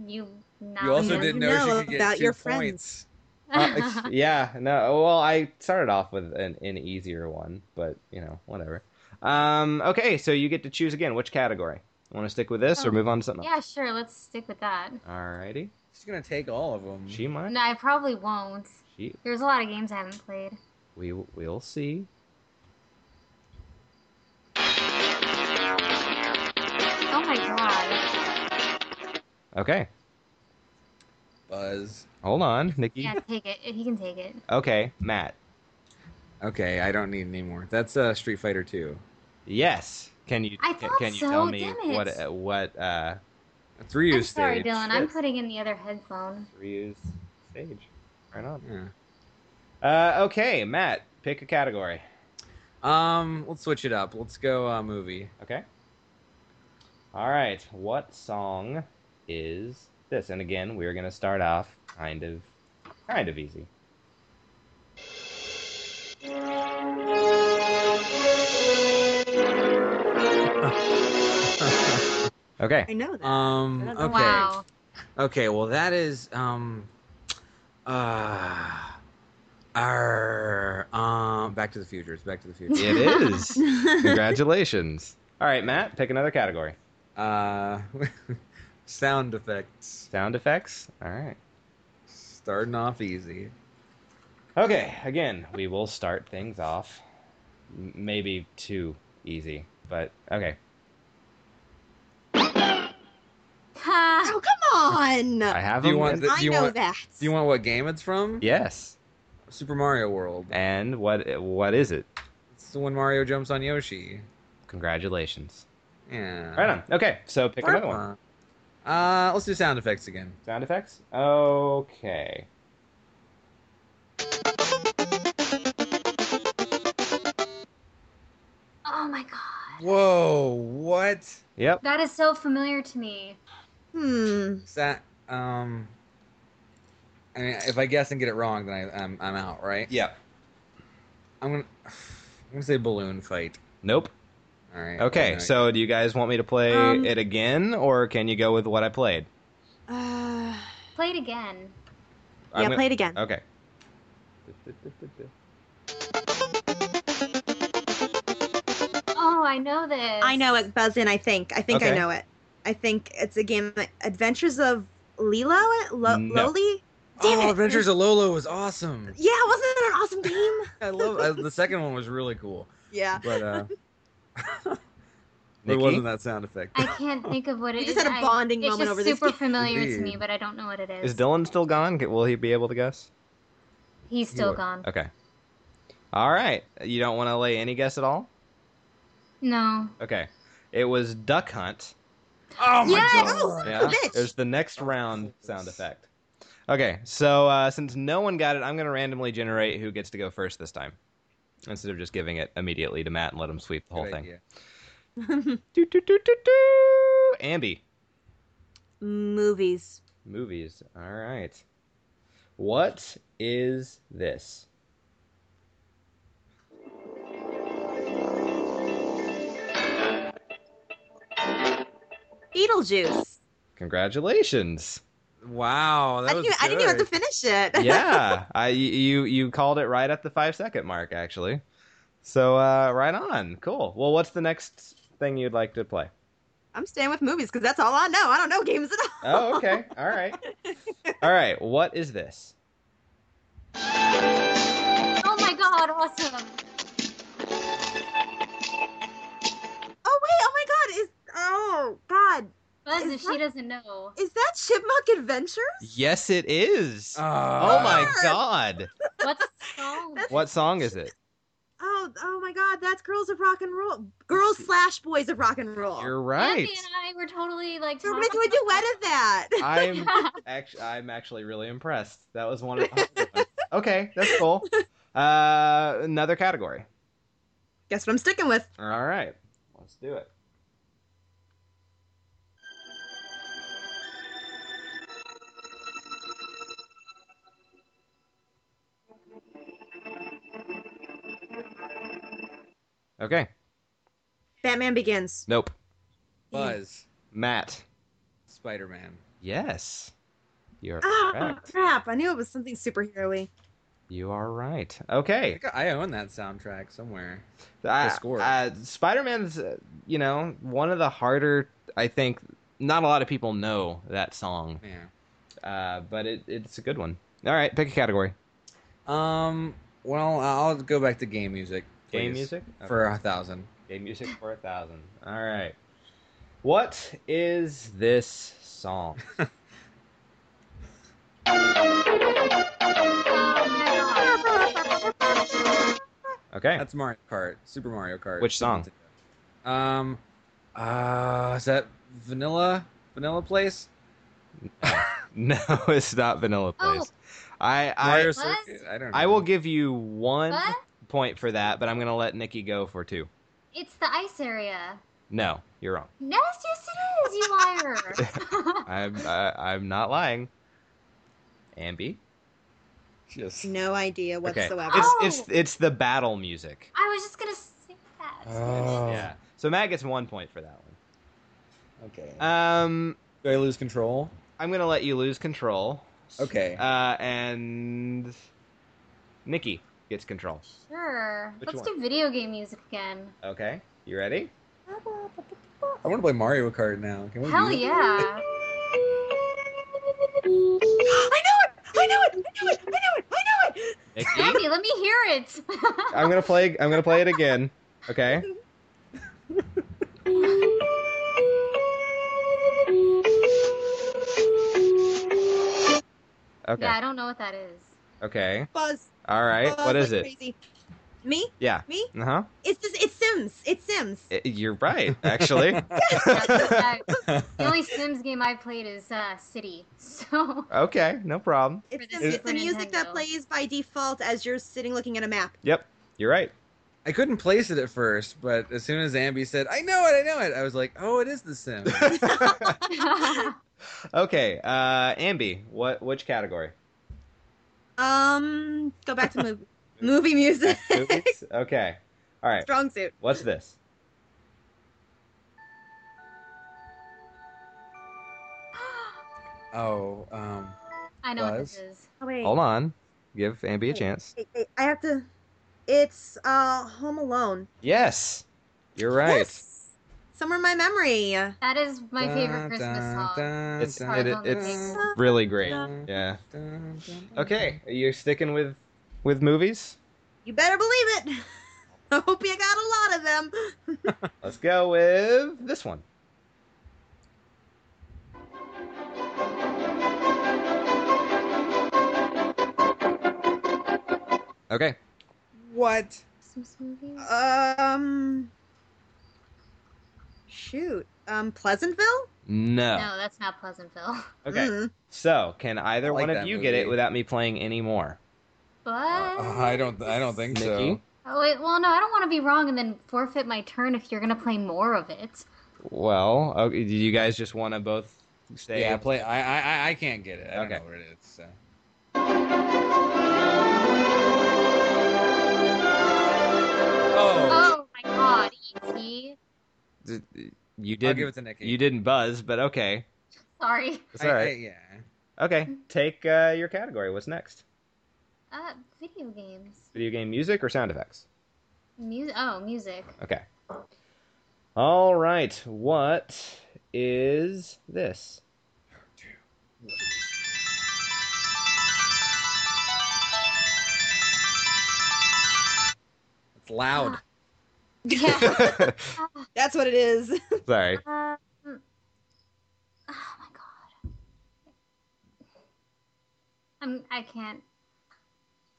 F: you now
C: You also
G: you
C: didn't
F: (laughs)
G: never
C: know,
G: know
C: she could get
G: about
C: two
G: your friends.
C: points.
B: Uh, ex- yeah, no. Well, I started off with an, an easier one, but, you know, whatever. Um, okay, so you get to choose again which category. Want to stick with this or
F: Oh,
B: move on to something else?
F: yeah, sure, let's stick with that.
B: Alrighty.
C: She's gonna take all of them.
B: She might.
F: No, I probably won't.
B: She,
F: There's a lot of games I haven't played.
B: we, we'll see.
F: Oh my god.
B: Okay.
C: Buzz.
B: Hold on, Nikki.
F: Yeah, take it. He can take it.
B: Okay, Matt.
C: Okay, I don't need any more. That's uh, Street Fighter Two.
B: Yes. Can you
F: I
B: ca-
F: thought
B: can you
F: so,
B: tell me
F: damn it.
B: what uh, what uh
C: That's Ryu's
F: I'm sorry,
C: stage.
F: Dylan. I'm
B: Shit.
F: putting in the other headphone.
B: reuse stage? Right on.
C: Yeah.
B: Uh, okay, Matt, pick a category.
C: Um, let's switch it up. Let's go uh, movie.
B: Okay. All right. What song is this? And again, we're gonna start off kind of kind of easy. Okay.
G: I know that. (laughs)
C: Um.
G: That's
C: Okay.
F: (laughs) Wow.
C: Okay. Well, that is um. Uh. Our um. Back to the Future. It's Back to the Future.
B: (laughs) It is.
G: (laughs)
B: Congratulations. All right, Matt, pick another category.
C: Uh. (laughs) sound effects.
B: Sound effects. All right.
C: Starting off easy.
B: Okay, again, we will start things off. M- Maybe too easy, but okay.
F: Ha.
G: Oh come on!
B: I have
C: Do you
B: them.
C: want the-
G: I
C: you
G: know
C: want-
G: that.
C: Do you want what game it's from?
B: yes.
C: Super Mario World.
B: And what what is it?
C: It's the one Mario jumps on Yoshi.
B: Congratulations.
C: Yeah.
B: Right on. Okay, so pick another one.
C: Uh, let's do sound effects again.
B: Sound effects? Okay.
F: Oh my god.
C: Whoa! What?
B: Yep.
F: That is so familiar to me.
G: Hmm.
C: Is that um? I mean, if I guess and get it wrong, then I, I'm I'm out, right?
B: Yep.
C: I'm gonna (sighs) I'm gonna say balloon fight.
B: Nope.
C: All right.
B: Okay,
C: Alright.
B: so do you guys want me to play
F: Um,
B: it again, or can you go with what I played?
G: Uh, yeah,
F: Play it again.
B: I'm gonna-
G: play it again.
B: Okay.
F: Oh, I know this.
G: I know it, Buzzin. I think. I think
B: Okay.
G: I know it. I think it's a game. that- Adventures of Lilo. Lo-
B: No.
G: Loli. Damn
C: Oh,
G: it.
C: Adventures of Lolo was
B: (laughs)
C: awesome.
G: Yeah, wasn't it an awesome game?
C: I love I, the second one was really cool,
G: yeah.
C: but
B: (laughs)
C: uh, it
B: Nikki?
C: wasn't that sound effect.
F: I can't think of what it
G: We
F: is.
G: just had a
F: I-
G: bonding
F: It's
G: moment
F: just
G: over this
F: super
G: game.
F: familiar
C: Indeed.
F: to me, but I don't know what it is.
B: Is Dylan still gone? Can- Will he be able to guess?
F: He's still
C: You-
F: gone.
B: Okay. All right. You don't want to lay any guess at all?
F: No.
B: Okay. It was Duck Hunt.
C: (laughs) Oh my
F: Yes!
C: god!
B: Yeah.
G: bitch.
B: There's the next round sound effect. Okay. So uh, since no one got it, I'm going to randomly generate who gets to go first this time instead of just giving it immediately to Matt and let him sweep the whole
C: Good
B: thing.
C: idea.
B: Do, do, do, do, do. Ambi.
G: Movies.
B: Movies. All right. What is this?
G: Beetlejuice.
B: Congratulations.
C: Wow, that
G: I
C: was
G: didn't, even, I didn't even have
C: good.
G: to finish it.
B: yeah, I you you called it right at the five second mark actually. So uh, right on, cool. Well, what's the next thing you'd like to play?
G: (laughs) I'm staying with movies because that's all I know. I don't know games at all.
B: Oh, okay, all right, all right. What is this?
F: Oh my god, awesome.
G: Oh wait. Oh my God. Is oh God.
F: Buzz,
G: Is
F: if
G: that-
F: she doesn't know.
G: Is that Chipmunk Adventures?
B: Yes, it is.
C: Ah.
B: oh my god,
F: What's the song?
B: what song is it?
G: Oh, oh my God, that's girls of rock and roll. Girls slash boys of rock and roll.
B: You're
F: Andy
B: right.
F: and I were totally like.
G: so we're gonna do a
F: (laughs) talking about
G: duet of that.
B: (laughs) I'm actually I'm actually really impressed. That was one of the okay. That's cool. Uh, another category.
G: Guess what I'm sticking with?
B: All right, let's do it. Okay.
G: Batman Begins.
B: Nope.
C: Buzz,
B: Matt.
C: Spider Man.
B: Yes. You're
G: Oh
B: correct.
G: crap! I knew it was something superhero-y.
B: You are right.
C: I
B: Okay.
C: think I own that soundtrack somewhere.
B: I-
C: score.
B: Uh, Spider-Man's, uh, you know, one of the harder. I think not a lot of people know that song,
C: Yeah.
B: uh, but it, it's a good one. All right, pick a category.
C: Um. Well, I'll go back to game music.
B: Game
C: please,
B: music
C: for a thousand.
B: Game music for a thousand. (laughs) All right. What is this song?
F: (laughs) Oh my god.
B: (laughs) (laughs) Okay.
C: That's Mario Kart, Super Mario Kart.
B: Which song?
C: Um. Uh, is that Vanilla Vanilla Place?
B: no, it's not Vanilla
F: Oh.
B: Place. I
C: Mario
B: I,
C: Circuit? I don't know.
B: I will give you one
F: What?
B: point for that, but I'm gonna let Nikki go for two.
F: It's the ice area.
B: No, you're wrong.
F: Yes, yes, it is, you
G: (laughs)
F: liar. (laughs)
B: I'm I, I'm not lying. Ambi.
C: Just.
G: No idea
B: Okay.
G: whatsoever.
B: It's
F: Oh.
B: it's it's the battle music.
F: I was just gonna say that.
B: Oh. Yeah. So Matt gets one point for that one.
C: Okay.
B: Um,
C: Do I lose control?
B: I'm gonna let you lose control,
C: Okay.
B: uh, and Nikki gets control.
C: Uh,
F: Sure.
B: Which
F: Let's
B: one?
F: do video game music again.
B: Okay, you ready?
C: I want to play Mario Kart now. Can we
F: Hell
C: do that? (laughs)
F: yeah.
G: I know it! I know it! I know it! I know it! I know it!
B: Nikki,
F: Abby, let me hear it. (laughs)
B: I'm gonna play. I'm gonna play it again. Okay. Okay.
F: Yeah, I don't know what that is.
B: Okay.
G: Buzz.
B: All right.
G: buzz
B: What is
G: like
B: it?
G: Crazy. Me?
B: Yeah.
G: Me?
B: Uh huh.
G: It's just, it's Sims. It's Sims.
B: You're right, actually.
F: That's what that-
C: (laughs)
F: the only Sims game I played is uh, City. So (laughs)
B: okay. No problem.
G: It's,
F: the
G: Sims. it's
F: Super
G: the music that
F: Nintendo.
G: plays by default as you're sitting looking at a map.
B: Yep. You're right.
C: I couldn't place it at first, but as soon as Ambi said, "I know it, I know it," I was like, "Oh, it is the
B: (laughs)
C: Sim."
B: okay. Uh, Ambi, what which category?
G: Um, go back to
B: (laughs)
G: movie, movie music.
B: Movies? okay. All
G: (laughs)
B: right.
G: Strong suit.
B: What's this?
C: oh, um,
F: I know what this
C: Buzz?
F: is.
G: Oh, wait.
B: Hold on. Give Ambi a chance.
G: Wait, wait, I have to. It's uh Home Alone.
B: Yes. You're right.
G: Yes. Somewhere in my memory.
F: That is my favorite
C: Dun,
F: Christmas
C: dun,
F: song.
C: dun,
B: It's
C: dun,
B: it,
F: dun,
B: it's
G: dun.
B: really great.
G: Dun.
B: Yeah.
C: dun, dun, dun.
B: Okay. Are you sticking with with movies?
G: You better believe it. (laughs) I hope you got a lot of them.
B: Let's go with this one. Okay.
C: What?
F: Christmas movie?
C: Uh,
G: Um. Shoot. Um, Pleasantville.
B: No.
F: No, that's not Pleasantville. (laughs)
C: Uh,
B: Okay.
G: Mm.
B: So, can either
C: I like
B: one of
C: that
B: you get it
C: movie.
B: without me playing any more?
F: But
C: Uh, I don't. I don't think so.
B: Nikki?
F: Oh wait, well no, I don't want to be wrong and then forfeit my turn if you're gonna play more of it.
B: Well, okay, do you guys just want to both stay?
C: Yeah, play. I. I. I can't get it. I
B: Okay.
C: don't know what it is. So. Oh,
F: Oh my god, E.T.
B: D- You
C: I'll
B: did.
C: give it to Nikki.
B: You didn't buzz, but okay.
F: Sorry. (laughs)
B: It's
C: I-
B: all
C: I-
B: right.
C: yeah.
B: Okay, take uh, your category. What's next?
F: Uh, video games.
B: Video game music or sound effects?
F: Music. Oh, music.
B: Okay. All right. What is this? (laughs)
C: It's loud.
F: Yeah.
G: That's what it is.
B: Sorry.
F: um, oh my god. I'm. I can't.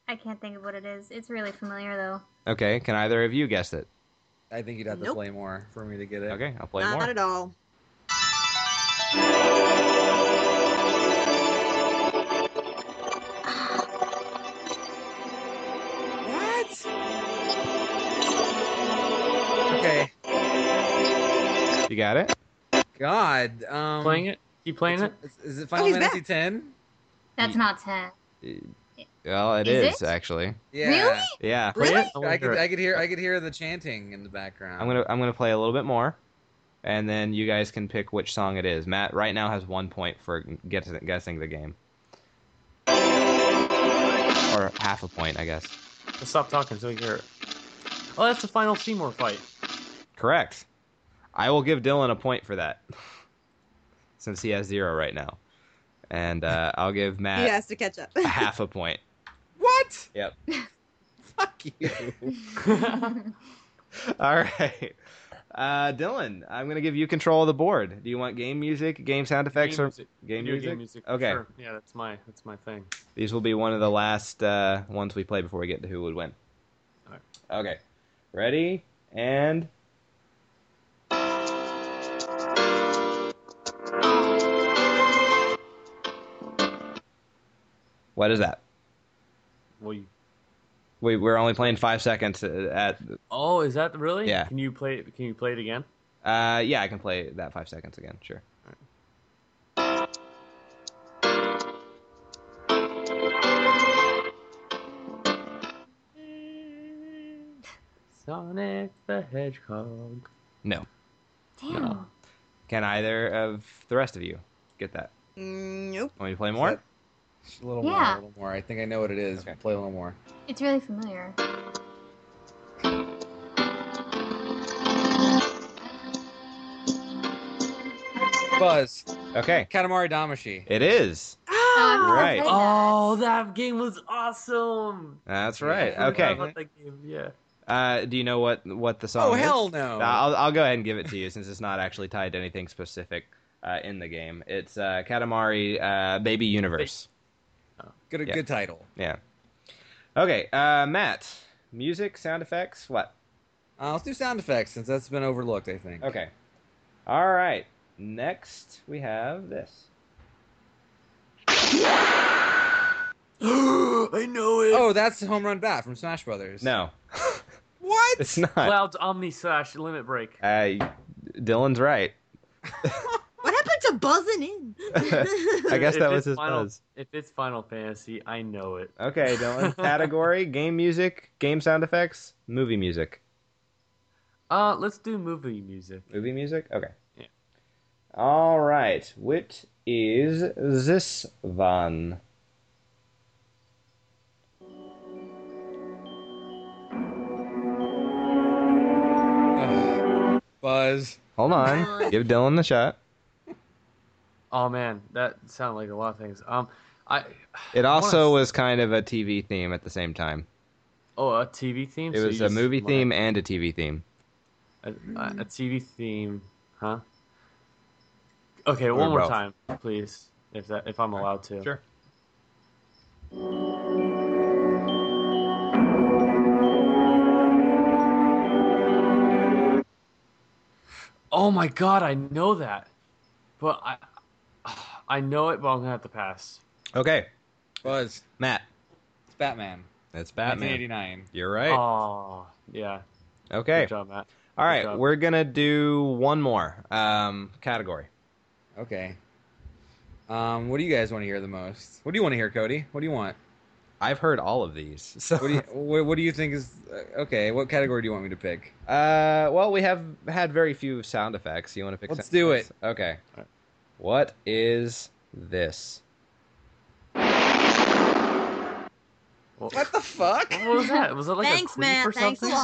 F: I can't think of what it is. It's really familiar though.
B: Okay. Can either of you guess it?
C: I think you'd have to
G: Nope.
C: play more for me to get it.
B: Okay, I'll play
G: Not
B: more.
G: at all.
C: What? Okay.
B: You got it.
C: God. Um,
E: Playing it? Keep playing it?
C: it's- it's- Is it
G: Oh,
C: Final
G: he's
C: Fantasy ten?
F: That's
B: Ye-
F: not ten. (laughs)
B: Well, it is,
F: Is it?
B: actually.
C: Yeah.
F: Really?
B: Yeah.
E: Play
C: Really?
E: it? I wanna
C: I could.
E: hear it. Oh.
C: I could hear. I could hear the chanting in the background.
B: I'm gonna I'm gonna play a little bit more, and then you guys can pick which song it is. Matt right now has one point for guess, guessing the game, or half a point, I guess.
E: Let's stop talking so we can hear it. Oh, that's the final Seymour fight.
B: Correct. I will give Dylan a point for that, (laughs) since he has zero right now, and uh, I'll give
G: He
B: Matt
G: has to catch up.
B: a half a point.
C: What?
B: Yep.
C: Fuck you.
B: All right. Uh, Dylan, I'm gonna give you control of the board. Do you want game music, game sound effects,
E: Game
B: or
E: music.
B: game
E: Video
B: music?
E: game music.
B: Okay.
E: Sure. Yeah, that's my that's my thing.
B: These will be one of the last uh, ones we play before we get to who would win.
E: Alright.
B: Okay. Ready and what is that?
E: Well, you...
B: We we're only playing five seconds at.
E: oh, is that really?
B: Yeah.
E: Can you play it? Can you play it again?
B: Uh, yeah, I can play that five seconds again. Sure.
E: Sonic the Hedgehog.
B: No.
F: Damn.
E: No.
B: Can either of the rest of you get that?
G: (laughs) Nope.
B: Want me to play more?
C: that- Just a little more, a
F: Yeah.
C: little more. I think I know what it is.
B: Okay.
C: Play a little more.
F: It's really familiar.
C: Buzz,
B: Okay.
C: Katamari Damashi.
B: It is.
G: Ah,
F: Oh, I've
B: Right.
F: never played
E: Oh, that game was awesome.
B: That's right.
E: I forgot
B: Okay.
E: about that game, Yeah. (gasps)
B: Uh, do you know what what the song?
C: Oh
B: is?
C: hell no!
B: Uh, I'll, I'll go ahead and give it to you since it's not actually tied to anything specific uh, in the game. It's uh, Katamari uh, Baby Universe.
C: good,
B: yeah.
C: good title.
B: Yeah. Okay, uh, Matt. Music, sound effects, what?
C: Uh, let's do sound effects since that's been overlooked. I think.
B: Okay. All right. Next, we have this.
E: I know it.
C: Oh, that's Home Run Bat from Smash Brothers.
B: No, (laughs)
C: What?
B: it's not.
E: Cloud's Omni Slash Limit Break.
B: uh, Dylan's right.
G: What happened to buzzing in?
B: (laughs) I guess
E: (laughs) If
B: that
E: it's
B: was his
E: Final-
B: buzz.
E: If it's Final Fantasy, I know it.
B: Okay,
E: (laughs)
B: Dylan. Category: game music, game sound effects, movie music.
E: Uh, let's do movie music.
B: Movie music? Okay.
E: Yeah.
B: All right. Which is this one?
C: Ugh. Buzz.
B: Hold on. Give Dylan the shot.
E: Oh man, that sounded like a lot of things. Um, I
B: It
E: I wanna
B: also
E: s-
B: was kind of a TV theme at the same time.
E: oh a TV theme.
B: It
E: So
B: was
E: you
B: a
E: just
B: movie
E: wanna-
B: theme and a TV theme.
E: A, a a TV theme, huh? Okay, one more
B: both.
E: time, please, if that if I'm allowed to.
B: Sure.
E: Oh my god, I know that, but I (sighs) I know it, but I'm gonna have to pass.
B: Okay,
C: Buzz.
B: Matt.
C: It's Batman.
B: That's Batman.
C: 1989.
B: You're right.
E: Oh yeah.
B: okay.
E: Oh. Good job, Matt.
B: All right.
E: job.
B: We're gonna do one more um, category.
C: Okay. Um, what do you guys want to hear the most? What do you want to hear, Cody? What do you want?
B: I've heard all of these. (laughs) So,
C: What do you what, what do you think is uh, okay? What category do you want me to pick?
B: uh, well, we have had very few sound effects. You want to pick?
C: Let's
B: sound
C: do
B: effects? Okay. What is this?
E: Well,
C: What the fuck?
E: what was that? Was it like
G: Thanks,
E: a creep
G: man.
E: or
G: Thanks a
E: something?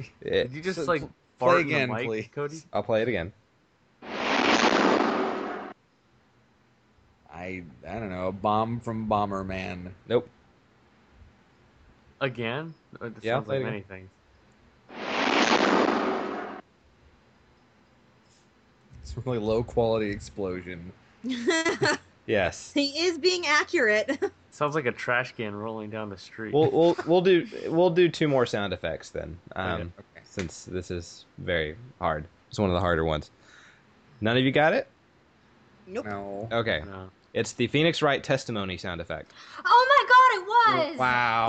G: lot.
B: It-
E: Did you just
C: Pl-
E: like
C: pl-
E: fart
C: play
E: in the
C: again,
E: mic,
C: please.
E: Cody?
B: Eh, I'll play it again.
C: I I don't know. A bomb from Bomberman.
B: Nope.
E: Again? It
B: Yeah,
E: sounds
B: play
E: like
B: it again.
E: many things.
C: It's a really low quality explosion.
B: Yes.
G: (laughs) he is being accurate.
E: Sounds like a trash can rolling down the street.
B: we'll we'll we'll do we'll do two more sound effects then. Um,
E: Okay.
C: Okay.
B: Since this is very hard. It's one of the harder ones. None of you got it?
G: nope.
C: No.
B: Okay.
E: (laughs) No.
B: It's the Phoenix Wright testimony sound effect.
F: Oh my god, it was! (laughs)
B: (laughs)
C: Wow.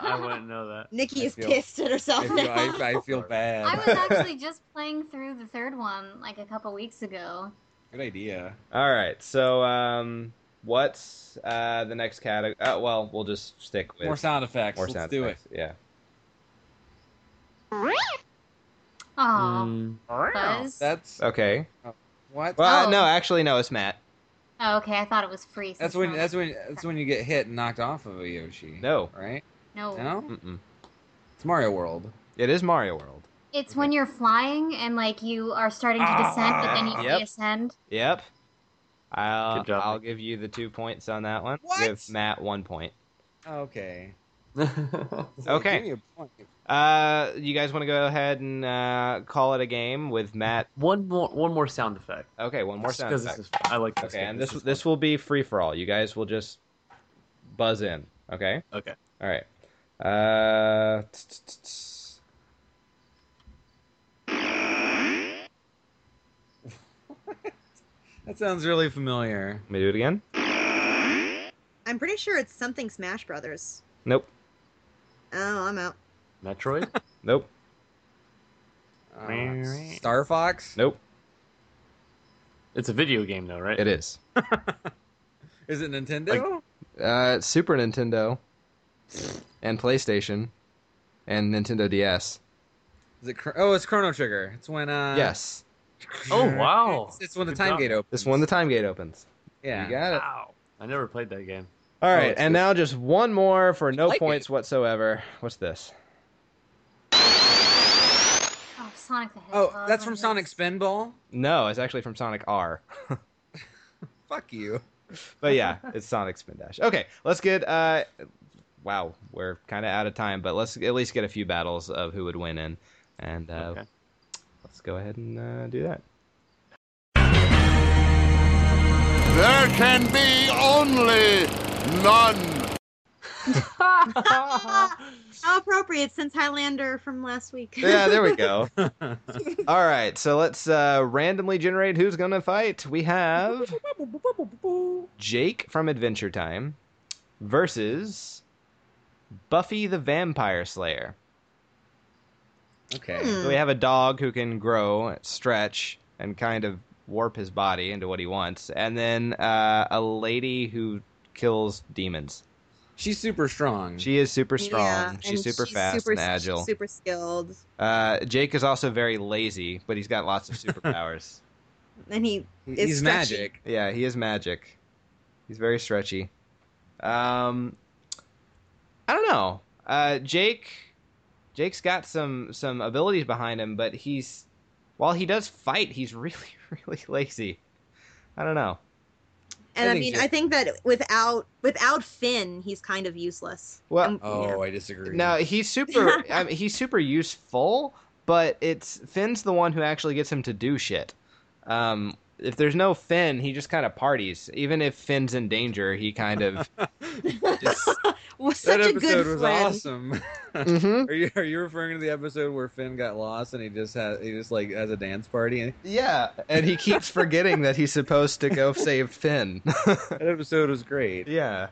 E: I wouldn't know that.
G: Nikki
C: I
G: is
C: feel-
G: pissed at herself
C: I feel,
G: now.
C: I, I feel bad.
F: I was actually just playing through the third one like a couple weeks ago.
C: Good idea.
B: All right. So um, what's uh, the next category? Uh, well, we'll just stick with
C: More sound effects.
B: more
C: Let's
B: sound
C: do
B: effects. Yeah.
G: (laughs)
F: Oh,
E: Mm.
F: Buzz.
C: it. That's
B: Okay.
C: what?
B: Uh, Well,
F: Oh.
B: no, actually, no. It's Matt.
F: Oh, okay, I thought it was free.
C: That's when that's when that's when you get hit and knocked off of a Yoshi.
B: No.
C: Right?
F: no.
C: No?
B: Mm-mm.
C: It's Mario World.
B: It is Mario World.
F: It's when you're flying and like you are starting to descend, but then
C: Ah,
F: you
B: Yep.
F: reascend.
B: Yep. I'll
E: Good job,
B: I'll
E: Nick.
B: give you the two points on that one.
G: What?
B: Give Matt one point.
C: Okay.
E: All
C: It's like,
B: Okay.
C: give me a point.
B: Uh, you guys want to go ahead and uh, call it a game with Matt?
E: one more one more sound effect.
B: Okay, one more
E: Just
B: sound
E: 'cause
B: effect.
E: This is, I like this.
B: Okay,
E: game.
B: and this
E: is
B: this
E: fun.
B: will be free for all. You guys will just buzz in. Okay.
E: Okay.
B: All right. Uh. tss, tss, tss.
C: That sounds really familiar.
B: Let me do it again.
G: I'm pretty sure it's something Smash Brothers.
B: Nope.
G: Oh, I'm out.
E: Metroid?
B: Nope.
C: Uh, Star Fox?
B: Nope.
E: it's a video game though, right?
B: It is.
C: Is it Nintendo?
B: Uh, Super Nintendo, and PlayStation, and Nintendo DS.
C: is it? Chro- Oh, it's Chrono Trigger. It's when uh
B: yes.
E: Oh wow!
C: It's, it's when the
E: Good
C: time
E: job.
C: gate opens.
B: This one, the time gate opens.
C: yeah.
B: You got it.
E: Wow! I never played that game.
B: All
C: Oh,
B: right,
C: it's
B: and
C: good.
B: now just one more for no
C: Lightning.
B: points whatsoever. What's this?
F: Oh, Sonic the Hedgehog.
C: Oh, that's from Sonic Spinball.
B: No, it's actually from Sonic R.
C: Fuck you.
B: But yeah, it's Sonic Spin Dash. Okay, let's get. Uh, wow, we're kind of out of time, but let's at least get a few battles of who would win in, and uh,
E: Okay.
B: let's go ahead and uh, do that.
H: There can be only none.
G: (laughs) How appropriate since Highlander from last week.
B: Yeah, there we go. All right, so let's uh, randomly generate who's gonna fight. We have Jake from Adventure Time versus Buffy the Vampire Slayer.
C: Okay.
G: Hmm.
B: So we have a dog who can grow, stretch, and kind of warp his body into what he wants, and then uh, a lady who kills demons.
C: She's super strong.
B: She is super strong.
G: (laughs) Yeah,
B: she's
G: and
B: super fast
G: super-
B: and agile.
G: she's super skilled,
B: Uh, Jake is also very lazy, but he's got lots
G: (laughs)
B: of superpowers.
G: and he
C: He's
G: is stretchy.
C: magic.
B: Yeah, he is magic. He's very stretchy. Um, I don't know. Uh, Jake, Jake's got some some abilities behind him, but he's while he does fight, he's (laughs) really really lazy. I don't know.
G: and
C: I
G: I,
C: think
G: mean,
C: so.
G: I think that without without Finn, he's kind of useless.
B: Well,
G: Um, yeah.
C: Oh, I disagree.
B: Now he's super. I mean, he's super useful, but it's Finn's the one who actually gets him to do shit. Um, if there's no Finn, he just kind of parties. Even if Finn's in danger, he kind of. (laughs) just,
G: was
C: that
G: (laughs) such a
C: episode
G: good
C: was
G: friend.
C: awesome.
B: Mhm.
C: (laughs) Are you are you referring to the episode where Finn got lost and he just has he just like has a dance party?
E: (laughs)
C: And
B: Yeah, and he keeps forgetting that he's supposed to go save Finn.
C: that episode was great.
B: (laughs) yeah.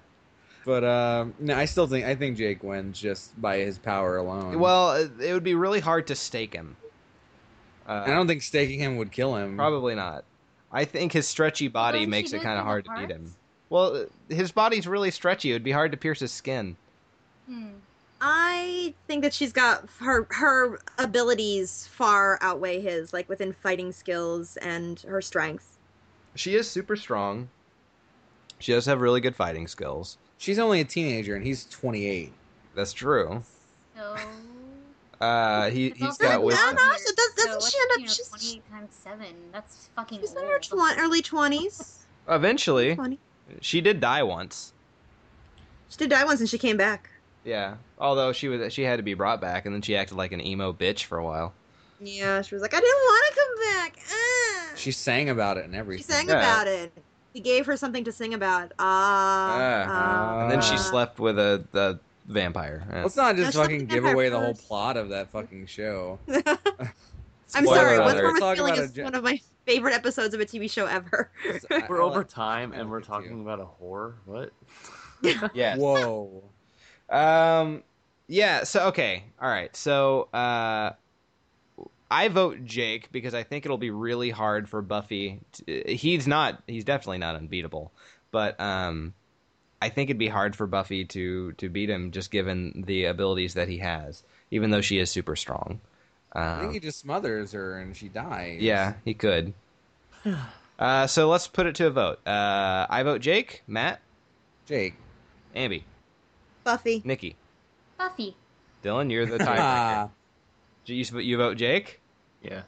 C: But um, no, I still think I think Jake wins just by his power alone.
B: Well, it- it would be really hard to stake him.
C: I
B: Uh,
C: don't think staking him would kill him.
B: probably not. I think his stretchy body
F: Don't
B: makes
F: you
B: it
F: do
B: kind
F: it
B: of
F: in
B: hard
F: the
B: to beat him.
F: parts?
B: Well, his body's really stretchy. It would be hard to pierce his skin.
F: Hmm.
G: I think that she's got her her abilities far outweigh his, like within fighting skills and her strength.
B: She is super strong. She does have really good fighting skills.
C: She's only a teenager and he's 28.
B: That's true.
F: Hmm. So.
B: Uh, he,
F: It's
B: he's
F: also
B: got
F: been
B: wisdom.
G: No, no, so does- doesn't
F: what's,
G: she end up-
F: you know,
G: she's-
F: 28 times 7. That's fucking
G: She's in her
F: old.
G: tw- early twenties.
B: Eventually,
G: Twenty.
B: she did die once.
G: She did die once, and she came back.
B: Yeah. Although she was, she had to be brought back, and then she acted like an emo bitch for a while.
G: Yeah, she was like, I didn't want to come back. Ah.
C: She sang about it and
G: She
C: everything.
G: sang
B: Yeah.
G: about it. He gave her something to sing about. Ah.
C: Ah.
B: and then she
G: ah.
B: slept with a the vampire. Eh.
C: Let's not just
G: No,
C: fucking
G: something
C: give
G: about
C: away
G: her
C: the whole
G: first.
C: plot of that fucking
G: (laughs)
C: show.
G: I'm
B: Spoiler
G: sorry. What's
B: alert.
G: Wrong with
C: Talk
G: Feeling
C: about
G: is
C: a gen-
G: one of my favorite episodes of a TV show ever.
E: We're over time,
C: I
E: and
C: like
E: we're
C: it too.
E: talking about a horror.
G: (laughs)
E: What?
B: Yes.
C: Whoa.
B: Um. Yeah. So okay. All right. So uh, I vote Jake because I think it'll be really hard for Buffy. To, he's not. He's definitely not unbeatable. But um, I think it'd be hard for Buffy to to beat him just given the abilities that he has, even though she is super strong. Um,
C: I think he just smothers her and she dies.
B: Yeah,
C: (sighs)
B: he could. Uh, so let's put it to a vote. Uh, I vote Jake, Matt,
C: Jake.
B: Amby,
G: Buffy.
B: Nikki,
F: Buffy.
B: Dylan. You're
C: (laughs)
B: the tiebreaker.
C: Ah,
B: you, you vote Jake.
E: (laughs) Yeah.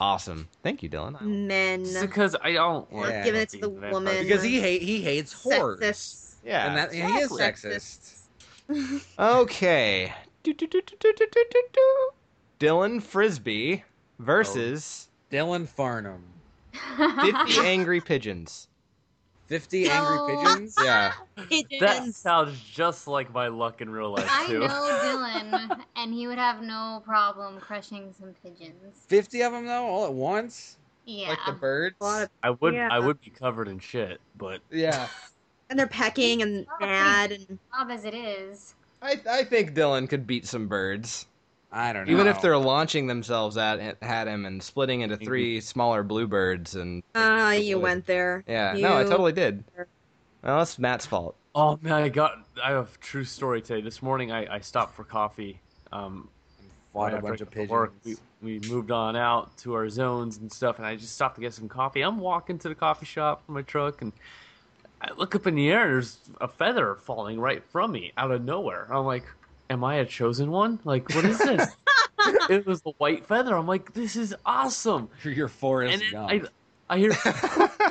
B: Awesome. Thank you, Dylan.
C: Mm.
B: I-
G: Men.
E: Just because I don't
C: Yeah.
E: like
C: Not
G: giving it to
E: Buffy
G: the
E: Vampire
G: woman.
E: Slayer.
C: because he hate he hates whores.
G: Sexist.
B: Yeah.
C: And that and he is
G: Exactly.
C: sexist.
B: Okay. Do, do, do, do, do, do, do, do, do. Dylan Frisbee
C: (laughs)
B: versus
C: Dylan Farnham.
F: (laughs)
B: 50 Angry Pigeons.
C: 50 angry
F: No.
B: (laughs)
C: pigeons?
B: Yeah.
E: That
G: Pigeons.
E: sounds just like my luck in real life
F: I
B: (laughs)
E: too.
F: know Dylan, and he would have no problem crushing some pigeons.
C: 50 of them though all at once?
F: Yeah.
C: Like the birds?
G: A lot of-
E: I would
G: Yeah.
E: I would be covered in shit, but
B: Yeah.
G: and they're pecking and mad and
F: Bob as it is.
B: I, I think Dylan could beat some birds.
C: I don't know.
B: Even if they're launching themselves at at him and splitting into three smaller bluebirds and
G: ah, you went there.
B: yeah, no, I
G: You-
B: totally did. Well, that's Matt's (laughs) fault.
E: oh man, I got I have a true story today. This morning I, I stopped for coffee. Um
C: Fought
E: right
C: a
E: after
C: bunch
E: I
C: of
E: got to work,
C: pigeons.
E: we, we moved on out to our zones and stuff, and I just stopped to get some coffee. I'm walking to the coffee shop in my truck, and I look up in the air, and there's a feather falling right from me out of nowhere. I'm like, Am I a chosen one? Like, what is this? it was the white feather. I'm like, This is awesome.
C: (laughs) Your forest
E: And then
C: gump.
E: I, I hear,
C: (laughs)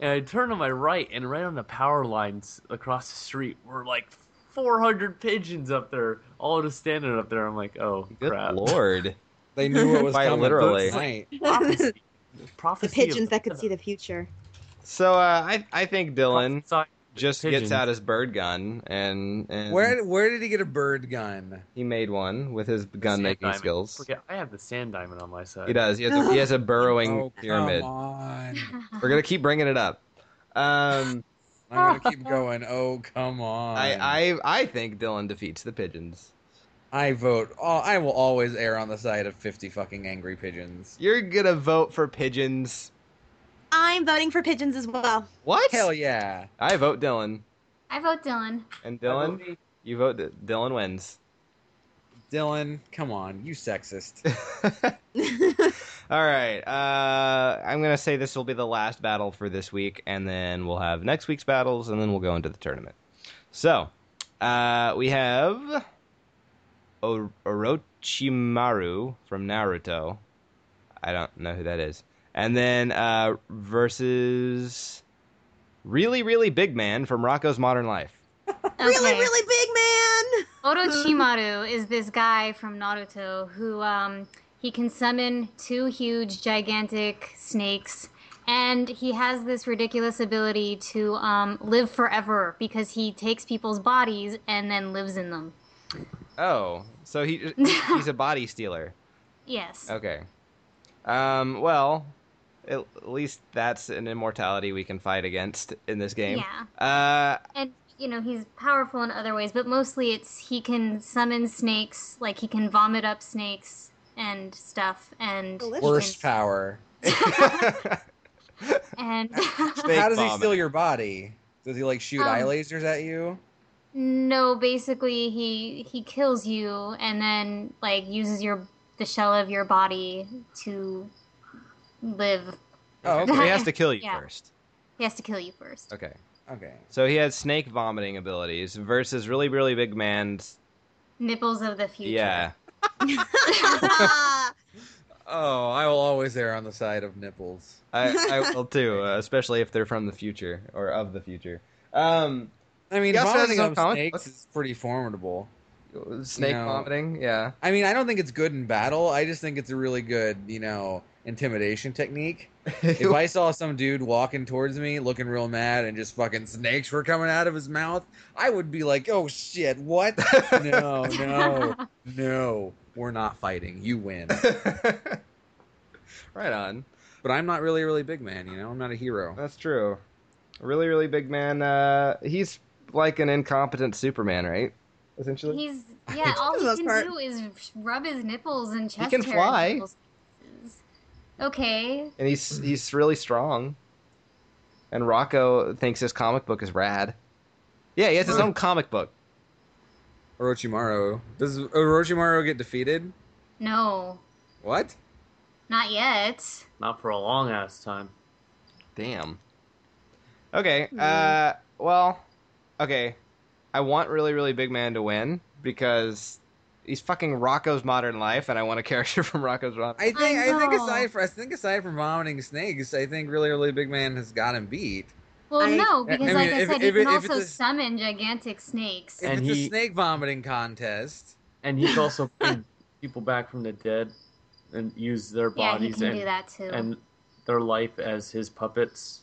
E: and I turn to my right, and right on the power lines across the street were like 400 pigeons up there, all just standing up there. I'm like, oh
B: Good
E: crap!
B: lord.
C: They knew
B: (laughs)
C: it was
B: Quite
C: coming.
B: literally.
C: Right.
G: the
E: Prophecy. Prophecy of
G: pigeons that could see the future.
B: So uh, I I think Dylan
E: Prophesy-
B: just
E: Pigeons.
B: gets out his bird gun and, and
C: Where where did he get a bird gun?
B: he made one with his gun
E: sand
B: making
E: diamond.
B: skills.
E: Forget, I have the sand diamond on my side.
B: He does. He has a,
C: (laughs)
B: he has a burrowing
C: oh,
B: pyramid.
C: Come
B: (laughs)
C: on.
F: (laughs)
B: We're gonna keep bringing it up. Um,
C: I'm gonna keep going. Oh come on.
B: I, I I think Dylan defeats the pigeons.
C: I vote. Oh, I will always err on the side of fifty fucking angry pigeons.
B: You're gonna vote for pigeons.
G: I'm voting for pigeons as (laughs) well.
B: What?
C: Hell yeah.
B: I vote Dylan.
F: I
G: (laughs)
F: vote Dylan.
B: And Dylan, you vote. D- Dylan
E: (laughs)
B: wins.
C: Dylan, come on, you sexist.
B: All right. Uh, I'm gonna say this will be the last battle for this week, and then we'll have next week's battles, and then we'll go into the tournament. So, uh, we have o- Orochimaru from Naruto. I don't know who that is. And then uh, versus really, really big man from Rocco's Modern Life.
F: Okay.
G: Really, really big man.
F: Orochimaru is this guy from Naruto who um, he can summon two huge, gigantic snakes, and he has this ridiculous ability to um, live forever because he takes people's bodies and then lives in them.
B: Oh, so he he's a body stealer.
F: Yes.
B: Okay. Um, well, at at least that's an immortality we can fight against in this game.
F: Yeah.
B: Uh,
F: and you know he's powerful in other ways but mostly it's he can summon snakes like he can vomit up snakes and stuff and he
G: Delicious.
C: Worst
F: can-
C: power.
F: and
B: Fake
C: How does he
B: vomit.
C: steal your body? Does he like shoot
F: Um,
C: eye lasers at you?
F: no basically he he kills you and then like uses your the shell of your body to live
C: (laughs)
B: (laughs)
C: Oh,
B: So
C: okay.
B: he has to kill you
F: Yeah.
B: first.
F: he has to kill you first
B: Okay.
C: okay.
B: So he has snake vomiting abilities versus really, really big man's.
F: nipples of the future
B: Yeah.
C: Oh, I will always err on the side of nipples.
F: (laughs)
B: I, I will too, uh, especially if they're from the future or of the future. Um,
C: I mean,
B: He also has
C: vomiting
B: his own
C: up
B: comic
C: snakes
B: book.
C: is pretty formidable.
B: snake
C: No.
B: vomiting, yeah.
C: (laughs) I mean, I don't think it's good in battle. I just think it's a really good, you know, intimidation technique. If I saw some dude walking towards me looking real mad and just fucking snakes were coming out of his mouth, I would be like, oh shit,
B: (laughs)
C: what? no, no, no. We're not fighting. You win.
B: (laughs) right on.
C: But I'm not really, really big man, you know? I'm not a hero.
B: That's true. A Really, really big man. Uh, he's like an incompetent Superman, right? Essentially.
F: he's yeah
G: (laughs)
F: all
G: For the
F: he
G: most
F: can
G: part.
F: do is rub his nipples and chest
B: can
F: hair in
B: fly.
F: people's faces. okay
B: and he's he's really strong. And Rocco thinks his comic book is rad. Yeah, he has his own comic book.
C: Orochimaru. Does Orochimaru get defeated?
F: No,
C: What?
F: not yet.
E: Not for a long ass time.
B: Damn. Okay. Uh. Well. Okay. I want really, really big man to win because he's fucking Rocco's modern life, and I want a character (laughs) from Rocco's modern.
C: I think I, think
F: know.
C: aside from I think aside from vomiting snakes, I think really, really big man has got him beat.
F: Well,
G: I-
F: no,
C: I
F: because
C: mean,
F: like I
C: if-
F: said,
C: if
F: you
C: it-
F: can
C: if it's
F: also
C: a-
F: summon gigantic snakes.
C: If
E: And
C: it's a
E: he-
C: snake vomiting contest,
E: And he
F: (laughs)
E: can also bring people back from the dead and use their
F: Yeah, he
E: bodies
F: can
E: and,
F: do that too.
E: and their life as his puppets.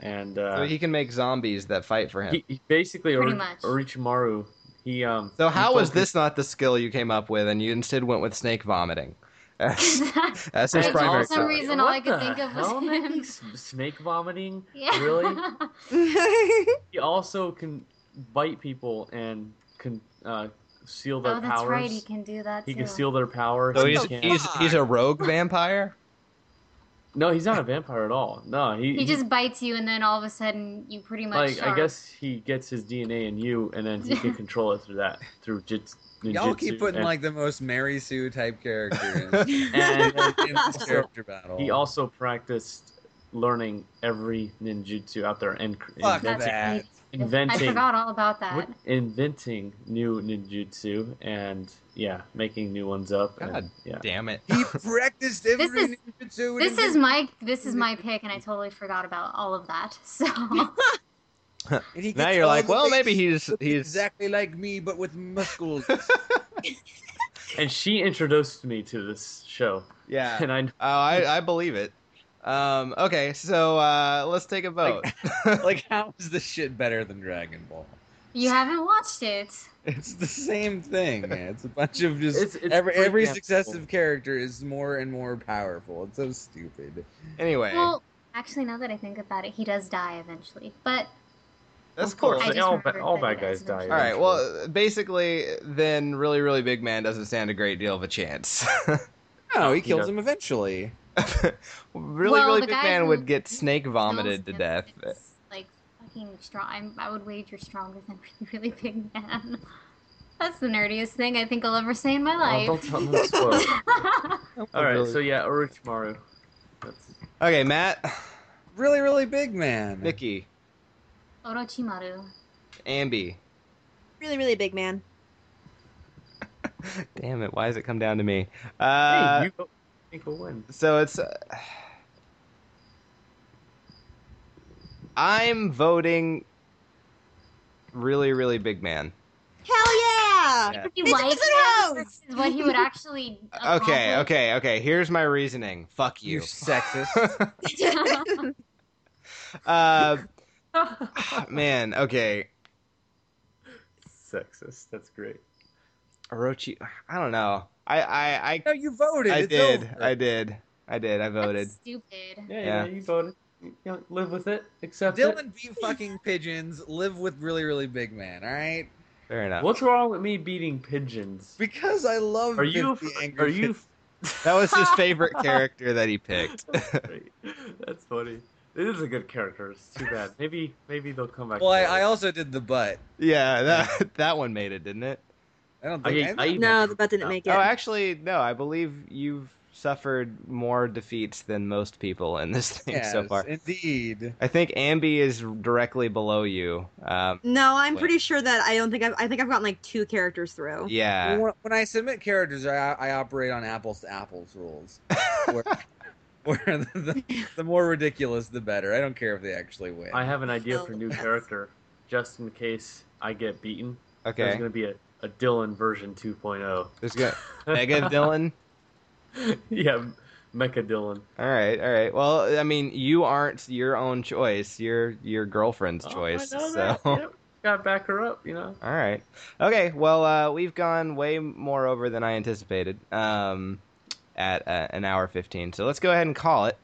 E: And uh,
B: So he can make zombies that fight for him.
E: he, he basically
F: Pretty
E: Ori-
F: much.
E: Orochimaru. He um.
B: So
E: he
B: how was
E: focused-
B: this not the skill you came up with, and you instead went with snake vomiting? (laughs)
F: (laughs)
B: That's that's his
F: It's
B: primary.
F: For some
B: skill.
F: reason, all I
E: What
F: could
E: the
F: think of was
E: hell,
F: him.
E: man? S- snake vomiting.
F: yeah.
E: Really?
F: (laughs)
G: Ooh.
E: He also can bite people and can uh, seal
F: oh,
E: their
F: that's
E: powers.
F: right. He can do that
E: He
F: too. Oh,
E: can steal their power.
B: So
E: he
B: he's
E: can't-
B: he's, he's a rogue vampire.
E: No, he's not a vampire at all. No, he
F: He just bites you, and then all of a sudden, you pretty much.
E: like
F: are.
E: I guess he gets his DNA in you, and then
F: (laughs)
E: he can control it through that through jits.
C: Y'all keep
E: ninjutsu
C: putting
E: and,
C: like the most Mary Sue type
B: (laughs)
C: character in,
E: And
B: uh,
C: in this character battle.
E: he also practiced learning every ninjutsu out there and cr-
C: Fuck
F: That's
E: inventing,
C: that.
F: right. I
E: inventing,
F: forgot all about that.
E: what- inventing new ninjutsu and yeah, making new ones up.
B: God
E: And, yeah,
B: Damn it.
C: he practiced every ninjutsu.
F: This
C: in
F: is my this is my pick, and I totally forgot about all of that. (laughs) So
B: (laughs)
C: And he
B: (laughs) Now
C: gets
B: you're
C: all
B: like,
C: the
B: well,
C: things (laughs)
B: maybe he's
C: that look
B: he's
C: exactly like me, but with muscles.
B: (laughs)
E: and she introduced me to this show,
F: (laughs)
B: yeah.
E: and I
B: Oh, I, I believe it. Um, okay, so uh, let's take a
F: (laughs)
B: vote.
C: like, how is this shit better than Dragon Ball?
F: you haven't watched it.
C: It's the same thing. man. It's a bunch of just
E: It's- it's
C: every every
E: breakdancing.
C: successive character is more and more powerful. It's so stupid.
B: anyway,
F: Well, actually, now that I think about it, he does die eventually. But
B: that's
E: of
B: cool.
E: course
F: I just
E: all,
F: remembered
E: all
F: that
E: bad
F: it
E: guys
F: is
E: die.
F: mentioned.
B: All right. Well, basically, then really, really big man doesn't stand a great deal of a chance. (laughs)
C: No, he
E: He
C: kills
E: does.
C: him eventually.
B: really,
F: Well,
B: really
F: the
B: big
F: guy
B: man
F: who
B: would get snake vomited to
F: Snow's
B: death.
F: is, Like fucking strong. I'm, I would wager stronger than (laughs) really, really big man. That's the nerdiest thing I think I'll ever say in my
E: Oh, don't
F: life.
E: tell me
B: (laughs)
E: that's spoiled. All right, so yeah, Orochimaru. That's,
B: Okay, Matt, (sighs)
C: Really, really big man.
B: Nikki,
F: (laughs) Orochimaru.
B: Ambi.
G: (laughs) Really, really big man.
B: (laughs) Damn it! Why does it come down to me? Uh,
E: hey, you go, you go win.
B: So it's. Uh, I'm voting. Really, really big man.
G: Hell yeah!
B: Yeah.
F: He
G: It's
F: likes
G: Wizard
F: it
G: House!
F: versus what he would actually.
B: (laughs)
C: Uh-huh.
B: Okay,
F: accomplish.
B: okay, okay. Here's my reasoning. Fuck
C: you
B: you.
C: sexist.
B: (laughs)
G: (laughs)
F: (laughs)
C: (laughs)
B: uh, (sighs) man, okay.
E: Sexist. That's great.
B: Orochi. I don't know. I, I, I,
C: no, you voted.
B: I
C: It's
B: did.
C: over.
B: I did. I did. I voted.
F: That's stupid. Um,
E: Yeah,
B: Yeah.
E: yeah. you voted. You know, live with it. Accept
C: Dylan be fucking pigeons. Live with really, really big man. All right,
B: Fair
E: it.
B: enough.
E: What's wrong with me beating pigeons?
C: because I love.
E: Are you?
C: 50 angry
E: Are you? (laughs)
B: That was his (laughs) favorite character that he picked.
E: That's funny. It is a good character. It's too bad. Maybe, maybe they'll come back.
C: Well, I,
E: to
C: I
E: it.
C: also did the butt.
B: Yeah, that (laughs) that one made it, didn't it?
C: I don't
E: I,
C: think. I,
E: I even-
G: No, the butt didn't make it.
B: Oh, actually, no. I believe you've suffered more defeats than most people in this (laughs) thing so
C: Yes,
B: far.
C: Indeed.
B: I think Ambi is directly below you. Um,
G: no, I'm
B: Wait.
G: pretty sure that I don't think I've, I think I've gotten like two characters
E: Oh,
G: through.
B: yeah.
C: When when I submit characters, I, I operate on apples to apples rules, where, where the, the, the more ridiculous, the better. I don't care if they actually win.
E: I have an idea for a new character, just in case I get beaten. There's
B: Okay.
E: gonna be a, a Dylan version oh. 2.0.
B: There's good.
E: (laughs)
B: Mega Dylan.
E: yeah, Mecha Dylan.
B: All right, all right. Well, I mean, you aren't your own choice. You're your girlfriend's
E: Oh, I
B: choice.
E: know
B: So,
E: that. Yep. Gotta back her up, you know.
C: (laughs)
B: all right. Okay. Well, uh, we've gone way more over than I anticipated. Um, at uh, an hour fifteen. So let's go ahead and call it.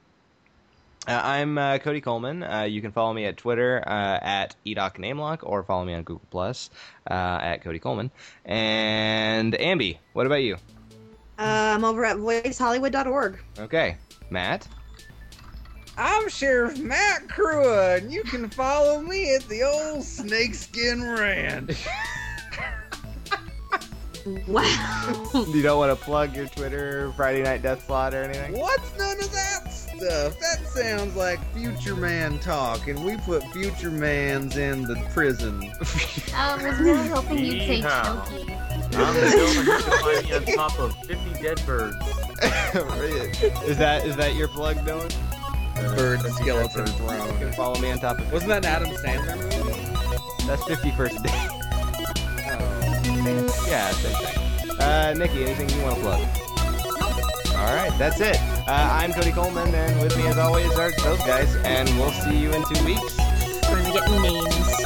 B: Uh, I'm uh, Cody Coleman. Uh, you can follow me at Twitter uh, at edocnamelock or follow me on Google Plus uh, at Cody Coleman. And Ambi, what about you?
G: Uh, I'm over at voicehollywood.org.
B: Okay, Matt.
C: I'm Sheriff Matt Crua, and you can follow me at the old Snakeskin Ranch.
G: Wow.
B: You don't want to plug your Twitter Friday Night Death Slot
C: (laughs)
B: or anything.
C: What's none of that stuff? That sounds like Future Man talk, and we put Future Mans in the prison. (laughs)
F: I was really hoping you'd say
E: Yeehaw.
F: Choki.
E: I'm the Dylan you can find me on top of 50 dead birds.
B: is that is that your plug, Dylan?
C: Bird skeleton
B: You
C: throne.
B: can follow me on top of
C: Wasn't that an Adam Sandler movie?
B: that's fifty first day.
C: Oh.
B: (laughs) Yeah, same thing. Uh, Nikki, anything you want to plug? All right, that's it. Uh, I'm Cody Coleman, and with me as always are those guys, and we'll see you in two weeks.
G: We're gonna get names.